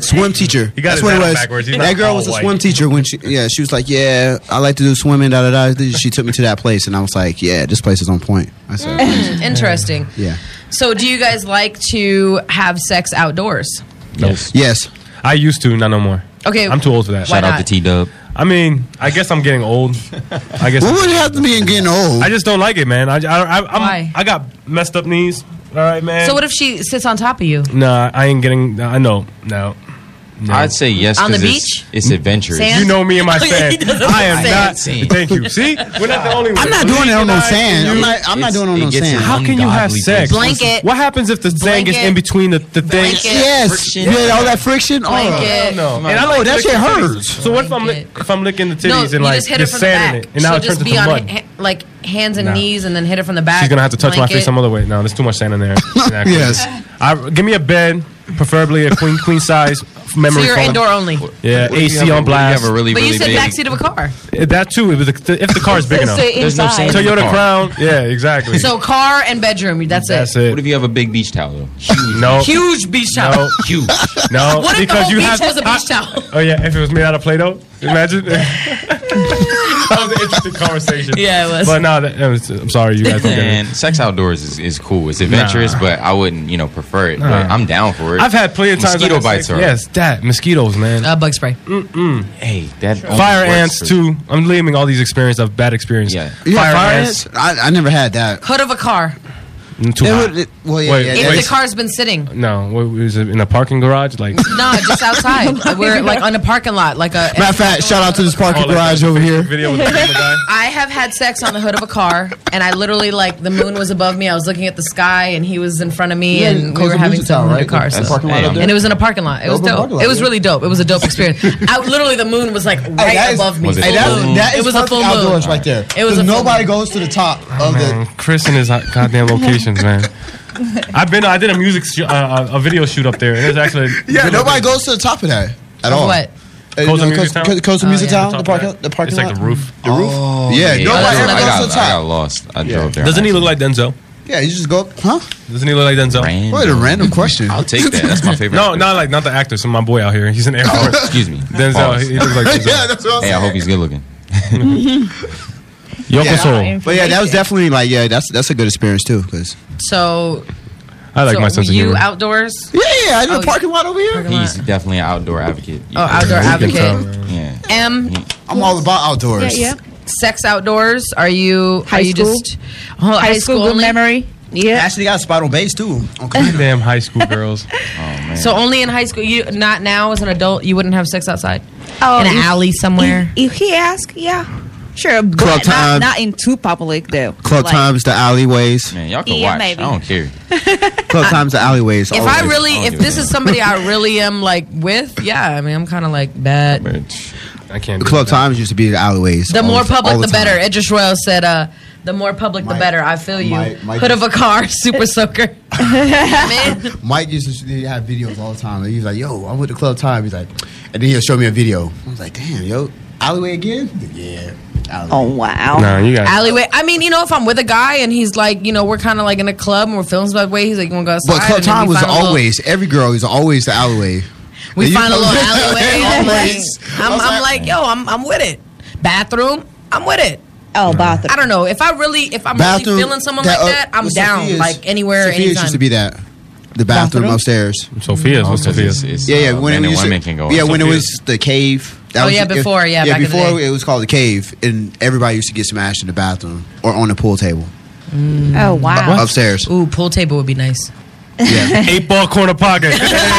Speaker 9: swim teacher.
Speaker 10: got
Speaker 9: That's
Speaker 10: his
Speaker 9: what it
Speaker 10: hat
Speaker 9: was.
Speaker 10: backwards. He's
Speaker 9: That
Speaker 10: not
Speaker 9: girl
Speaker 10: all
Speaker 9: was a
Speaker 10: white.
Speaker 9: swim teacher when she yeah she was like yeah I like to do swimming da da da. She took me to that place and I was like yeah this place is on point. I said
Speaker 11: Mm, interesting.
Speaker 9: yeah
Speaker 11: So, do you guys like to have sex outdoors?
Speaker 10: Yes.
Speaker 9: Yes.
Speaker 10: I used to, not no more.
Speaker 11: Okay,
Speaker 10: I'm too old for that.
Speaker 11: why Shout out not? to
Speaker 10: T Dub. I mean, I guess I'm getting old. I guess.
Speaker 9: What would it have to be in getting old?
Speaker 10: I just don't like it, man. I I, I, I'm,
Speaker 11: Why?
Speaker 10: I got messed up knees. All right, man.
Speaker 11: So, what if she sits on top of you?
Speaker 10: Nah, I ain't getting. I know. No. no.
Speaker 2: I'd say yes
Speaker 11: On the
Speaker 2: 'cause it's, it's adventurous.
Speaker 11: Sand?
Speaker 10: You know me and my
Speaker 11: He
Speaker 10: sand.
Speaker 11: doesn't
Speaker 10: I am
Speaker 11: like
Speaker 10: not.
Speaker 2: sand.
Speaker 10: Thank you. See, we're not the only ones.
Speaker 9: I'm not doing it on no sand. I'm not. I'm not doing it on no sand.
Speaker 10: How can you have sex?
Speaker 11: Blanket.
Speaker 10: What happens if the sand gets
Speaker 11: Blanket.
Speaker 10: in between the, the things?
Speaker 9: Yes. Yeah, all that friction. Oh,
Speaker 11: Blanket.
Speaker 10: No.
Speaker 9: And I know that shit hurts.
Speaker 10: So what if I'm lick- if I'm licking the titties and
Speaker 11: you
Speaker 10: like
Speaker 11: just hit
Speaker 10: there's
Speaker 11: her from the
Speaker 10: sand in
Speaker 11: back.
Speaker 10: it, and now
Speaker 11: She'll
Speaker 10: it turns
Speaker 11: just
Speaker 10: into
Speaker 11: be on
Speaker 10: mud?
Speaker 11: ha- like hands and
Speaker 10: Nah.
Speaker 11: knees, and then hit her from the back.
Speaker 10: She's gonna have to touch my
Speaker 11: Blanket.
Speaker 10: face some other way. No, there's too much sand in there. Exactly.
Speaker 9: Yes.
Speaker 10: I, give me a bed, preferably a queen queen size
Speaker 11: So
Speaker 10: memory
Speaker 11: you're
Speaker 10: foam.
Speaker 11: indoor only.
Speaker 10: Yeah,
Speaker 2: What if you
Speaker 10: AC
Speaker 2: have a-
Speaker 10: on blast.
Speaker 2: what if you have a really,
Speaker 11: but you
Speaker 2: really
Speaker 11: said
Speaker 2: big-
Speaker 11: backseat of a car.
Speaker 10: Uh, That too, if the, if the car is big
Speaker 11: So
Speaker 10: enough.
Speaker 11: There's no inside. sand in the
Speaker 10: Toyota
Speaker 2: car.
Speaker 10: Crown. Um, Yeah, exactly.
Speaker 11: So car and bedroom. That's,
Speaker 10: That's
Speaker 11: it.
Speaker 10: it.
Speaker 2: What if you have a big beach towel? though? Huge.
Speaker 10: No.
Speaker 11: Huge beach towel.
Speaker 10: No.
Speaker 2: Huge.
Speaker 10: No,
Speaker 11: What if the
Speaker 10: because
Speaker 11: whole
Speaker 10: you
Speaker 11: beach
Speaker 10: have.
Speaker 11: was a beach towel?
Speaker 10: oh yeah, if it was made out of Play-Doh, imagine. that was an interesting conversation.
Speaker 11: Yeah, it was.
Speaker 10: But no, that, that was, I'm sorry, you guys don't get it.
Speaker 2: And sex outdoors is, is cool. It's adventurous,
Speaker 10: Nah.
Speaker 2: but I wouldn't, you know, prefer it. But
Speaker 10: Nah.
Speaker 2: I'm down for it.
Speaker 10: I've had plenty of times.
Speaker 2: Mosquito
Speaker 10: I've had
Speaker 2: bites
Speaker 10: sex-
Speaker 2: are
Speaker 10: Yes, that mosquitoes, man.
Speaker 11: Uh, bug spray.
Speaker 10: Mm-mm.
Speaker 2: Hey, that only
Speaker 10: Fire
Speaker 2: works
Speaker 10: ants
Speaker 2: for-
Speaker 10: too. I'm leaving all these experiences of bad experience. Yeah,
Speaker 9: Yeah, fire, ants. I, I never had that.
Speaker 11: Hood of a car.
Speaker 10: Mm, Too
Speaker 9: They
Speaker 10: hot.
Speaker 9: would- well, yeah,
Speaker 10: Wait,
Speaker 9: yeah,
Speaker 11: If
Speaker 10: wait.
Speaker 11: the car's been sitting.
Speaker 10: No, what, was it in a parking garage? Like,
Speaker 11: No, just outside. We're like on a parking lot, like a.
Speaker 9: Matter of fact, shout out to this parking
Speaker 10: Oh, like
Speaker 9: garage
Speaker 10: that
Speaker 9: over here.
Speaker 10: video with the camera guy?
Speaker 11: I have had sex on the hood of a car, and I literally like the moon was above me. I was looking at the sky, and he was in front of me,
Speaker 9: Yeah,
Speaker 11: and we
Speaker 9: Costa
Speaker 11: were having
Speaker 9: Mesa Tower,
Speaker 11: some in the
Speaker 9: right?
Speaker 11: car.
Speaker 9: That's
Speaker 11: So.
Speaker 9: the parking lot up there?
Speaker 11: And it was in a parking lot. It was
Speaker 9: Open
Speaker 11: dope.
Speaker 9: parking lot,
Speaker 11: It was
Speaker 9: yeah.
Speaker 11: really dope. It was a dope experience. I, literally, the moon was like right
Speaker 9: that is-
Speaker 11: above me.
Speaker 10: Was it
Speaker 11: Full
Speaker 10: Hey, that is-
Speaker 11: moon.
Speaker 9: That is
Speaker 11: it was a
Speaker 9: fucking
Speaker 11: full moon.
Speaker 9: outdoors right there.
Speaker 11: It was
Speaker 9: 'Cause
Speaker 11: a full
Speaker 9: nobody goes to the top of the.
Speaker 10: Man, Chris and his hot- goddamn locations, man. I've been. I did a music, sh- uh, a a video shoot up there. It was actually
Speaker 9: Yeah, nobody goes to the top of that at all.
Speaker 11: What?
Speaker 9: Uh, you
Speaker 10: Coastal
Speaker 9: know,
Speaker 10: Music
Speaker 9: Coast-
Speaker 10: Town?
Speaker 9: Co- Coastal
Speaker 10: Oh,
Speaker 9: Music
Speaker 10: yeah.
Speaker 9: Town, the
Speaker 10: Top
Speaker 9: parking,
Speaker 10: right.
Speaker 9: the parking
Speaker 10: It's like
Speaker 9: lot?
Speaker 10: the roof.
Speaker 9: the roof. yeah,
Speaker 2: I,
Speaker 9: nobody
Speaker 2: drove-
Speaker 9: ever
Speaker 2: I got,
Speaker 9: goes to the
Speaker 2: I got
Speaker 9: top.
Speaker 2: lost. I drove there.
Speaker 10: Doesn't he look like Denzel?
Speaker 9: Yeah, you just go, up, huh?
Speaker 10: Doesn't he look like Denzel?
Speaker 9: What a random question.
Speaker 2: I'll take that. That's my favorite.
Speaker 10: No, not like not the actor. So my boy out here. He's an Air Force.
Speaker 2: Excuse me.
Speaker 10: Denzel.
Speaker 2: Pause.
Speaker 10: He, he looks like Denzel.
Speaker 9: yeah, that's what I'm
Speaker 2: Hey, I
Speaker 9: saying.
Speaker 2: hope he's good looking.
Speaker 10: Yoko
Speaker 9: Yeah.
Speaker 10: Soul.
Speaker 9: But yeah, that was definitely like yeah, that's that's a good experience too. Cause
Speaker 11: So,
Speaker 10: I like
Speaker 11: so
Speaker 10: my sense
Speaker 11: were
Speaker 10: of
Speaker 11: you
Speaker 10: humor.
Speaker 11: outdoors?
Speaker 9: yeah, yeah, I
Speaker 11: Oh,
Speaker 9: know parking lot over here.
Speaker 11: Parking lot.
Speaker 2: He's definitely an outdoor advocate.
Speaker 11: Oh, outdoor advocate.
Speaker 2: Yeah.
Speaker 11: M.
Speaker 9: I'm all about outdoors.
Speaker 12: Yeah, yeah.
Speaker 11: Sex outdoors. Are you?
Speaker 12: High
Speaker 11: are you
Speaker 12: school?
Speaker 11: just oh, high,
Speaker 12: High school, good
Speaker 11: only?
Speaker 12: memory. Yeah.
Speaker 9: Ashley got a spot on bass too.
Speaker 10: Damn high school girls. oh man.
Speaker 11: So only in high school, you not now as an adult, you wouldn't have sex outside
Speaker 12: Oh,
Speaker 11: in an
Speaker 6: Mm.
Speaker 12: if-
Speaker 11: alley somewhere.
Speaker 12: If he asks, yeah, sure, but
Speaker 9: Club
Speaker 12: not,
Speaker 9: time.
Speaker 12: not in too public though.
Speaker 9: Club
Speaker 12: Like,
Speaker 9: times the alleyways.
Speaker 2: Man, y'all
Speaker 12: can Yeah, watch. maybe. I don't
Speaker 2: care.
Speaker 9: Club times the alleyways.
Speaker 2: Oh,
Speaker 11: If
Speaker 9: always.
Speaker 11: I really, if this is somebody I really am like with, yeah, I mean, I'm kind of like bad.
Speaker 10: I can't.
Speaker 9: Club times used to be the alleyways.
Speaker 11: The
Speaker 9: all
Speaker 11: more public,
Speaker 9: all
Speaker 11: the,
Speaker 9: time.
Speaker 11: better. Edris Royal said, uh, "The more public, the better." I feel you.
Speaker 9: Mike- Mike
Speaker 11: Hood
Speaker 9: is-
Speaker 11: of a car, super soaker. Man,
Speaker 9: Mike used to have videos all the time. He was like, "Yo, I'm with the club time." He's like, and then he'll show me a video. I was like, "Damn, yo, alleyway again?" Yeah. Alleyway.
Speaker 12: Oh wow.
Speaker 10: Nah, you got.
Speaker 11: alleyway. I mean, you know, if I'm with a guy and he's like, you know, we're kind of like in a club and we're feeling some type of way, he's like, "You want Oh, to go outside?"
Speaker 9: But club
Speaker 11: and then
Speaker 9: time
Speaker 11: we
Speaker 9: was
Speaker 11: find a little-
Speaker 9: always every girl is always the alleyway.
Speaker 11: We
Speaker 9: And you
Speaker 11: find a
Speaker 9: come-
Speaker 11: little alleyway. I'm like,
Speaker 9: Always.
Speaker 11: I'm,
Speaker 9: I was
Speaker 11: I'm
Speaker 9: like-
Speaker 11: like, yo, I'm, I'm with it. Bathroom, I'm with it.
Speaker 12: Oh, bathroom.
Speaker 11: I don't know if I really, if I'm
Speaker 9: Bathroom,
Speaker 11: really feeling someone
Speaker 9: that, uh,
Speaker 11: like that, I'm
Speaker 9: with
Speaker 11: down.
Speaker 9: Sophia's-
Speaker 11: like anywhere,
Speaker 9: Sophia's
Speaker 11: anytime.
Speaker 9: used to be that. The bathroom,
Speaker 10: Bathroom?
Speaker 9: upstairs.
Speaker 10: Sophia's, what's
Speaker 9: Oh, 'cause
Speaker 10: Sophia's?
Speaker 9: it's- it's,
Speaker 10: Yeah, yeah,
Speaker 9: uh,
Speaker 10: when it
Speaker 9: men and
Speaker 10: used to-
Speaker 9: women can go
Speaker 10: yeah,
Speaker 9: on
Speaker 10: when it
Speaker 9: Sophia's.
Speaker 10: was
Speaker 9: the cave.
Speaker 11: Oh, yeah, before, yeah,
Speaker 9: yeah.
Speaker 11: back in the
Speaker 9: before
Speaker 11: day.
Speaker 9: it was called the cave, and everybody used to get smashed in the bathroom or on the pool table.
Speaker 12: Oh wow.
Speaker 9: Up- upstairs.
Speaker 11: Ooh, pool table would be nice.
Speaker 10: Eight ball corner pocket.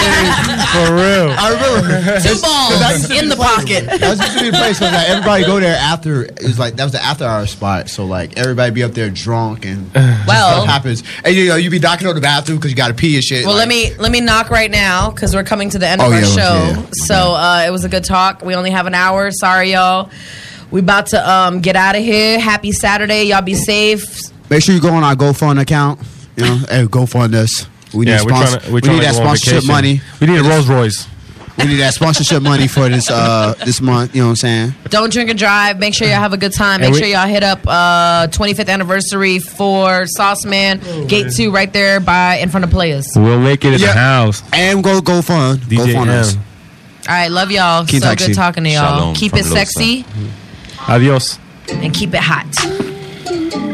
Speaker 10: For real.
Speaker 9: I remember
Speaker 11: Two balls Oh, in the pocket.
Speaker 9: That was used to be the place where like, everybody go there after. It was like that was the after hour spot. So like everybody be up there drunk and
Speaker 11: Well-
Speaker 9: stuff happens. And you know you be knocking on the bathroom because you got to pee and shit.
Speaker 11: Well,
Speaker 9: like,
Speaker 11: let me let me knock right now because we're coming to the end of
Speaker 9: Oh,
Speaker 11: our
Speaker 9: yeah,
Speaker 11: show.
Speaker 9: yeah.
Speaker 11: So uh, it was a good talk. We only have an hour. Sorry, y'all. We about to um, get out of here. Happy Saturday. Y'all be safe.
Speaker 9: make sure you go on our GoFund account. You know, hey, GoFund us. We need
Speaker 10: Yeah, we're
Speaker 9: sponsor.
Speaker 10: tryna- we're
Speaker 9: we
Speaker 10: tryna
Speaker 9: need that
Speaker 10: go on
Speaker 9: sponsorship
Speaker 10: vacation.
Speaker 9: money.
Speaker 10: We need a Rolls Royce.
Speaker 9: We need that sponsorship money for this uh this month. You know what I'm saying?
Speaker 11: Don't drink and drive. Make sure y'all have a good time. Make
Speaker 9: And we-
Speaker 11: sure y'all hit up uh, 25th anniversary for Sauce Man Gate Two right there by in front of Players. All
Speaker 10: We'll make it in the
Speaker 9: Yeah.
Speaker 10: house.
Speaker 9: And go GoFund.
Speaker 10: DJ
Speaker 9: GoFund us.
Speaker 10: M.
Speaker 11: right, love y'all.
Speaker 10: Keep
Speaker 11: so
Speaker 10: taxi.
Speaker 11: good talking to y'all.
Speaker 10: Shalom
Speaker 11: keep
Speaker 10: from
Speaker 11: it
Speaker 10: Los
Speaker 11: sexy
Speaker 10: Adios.
Speaker 11: and keep it hot.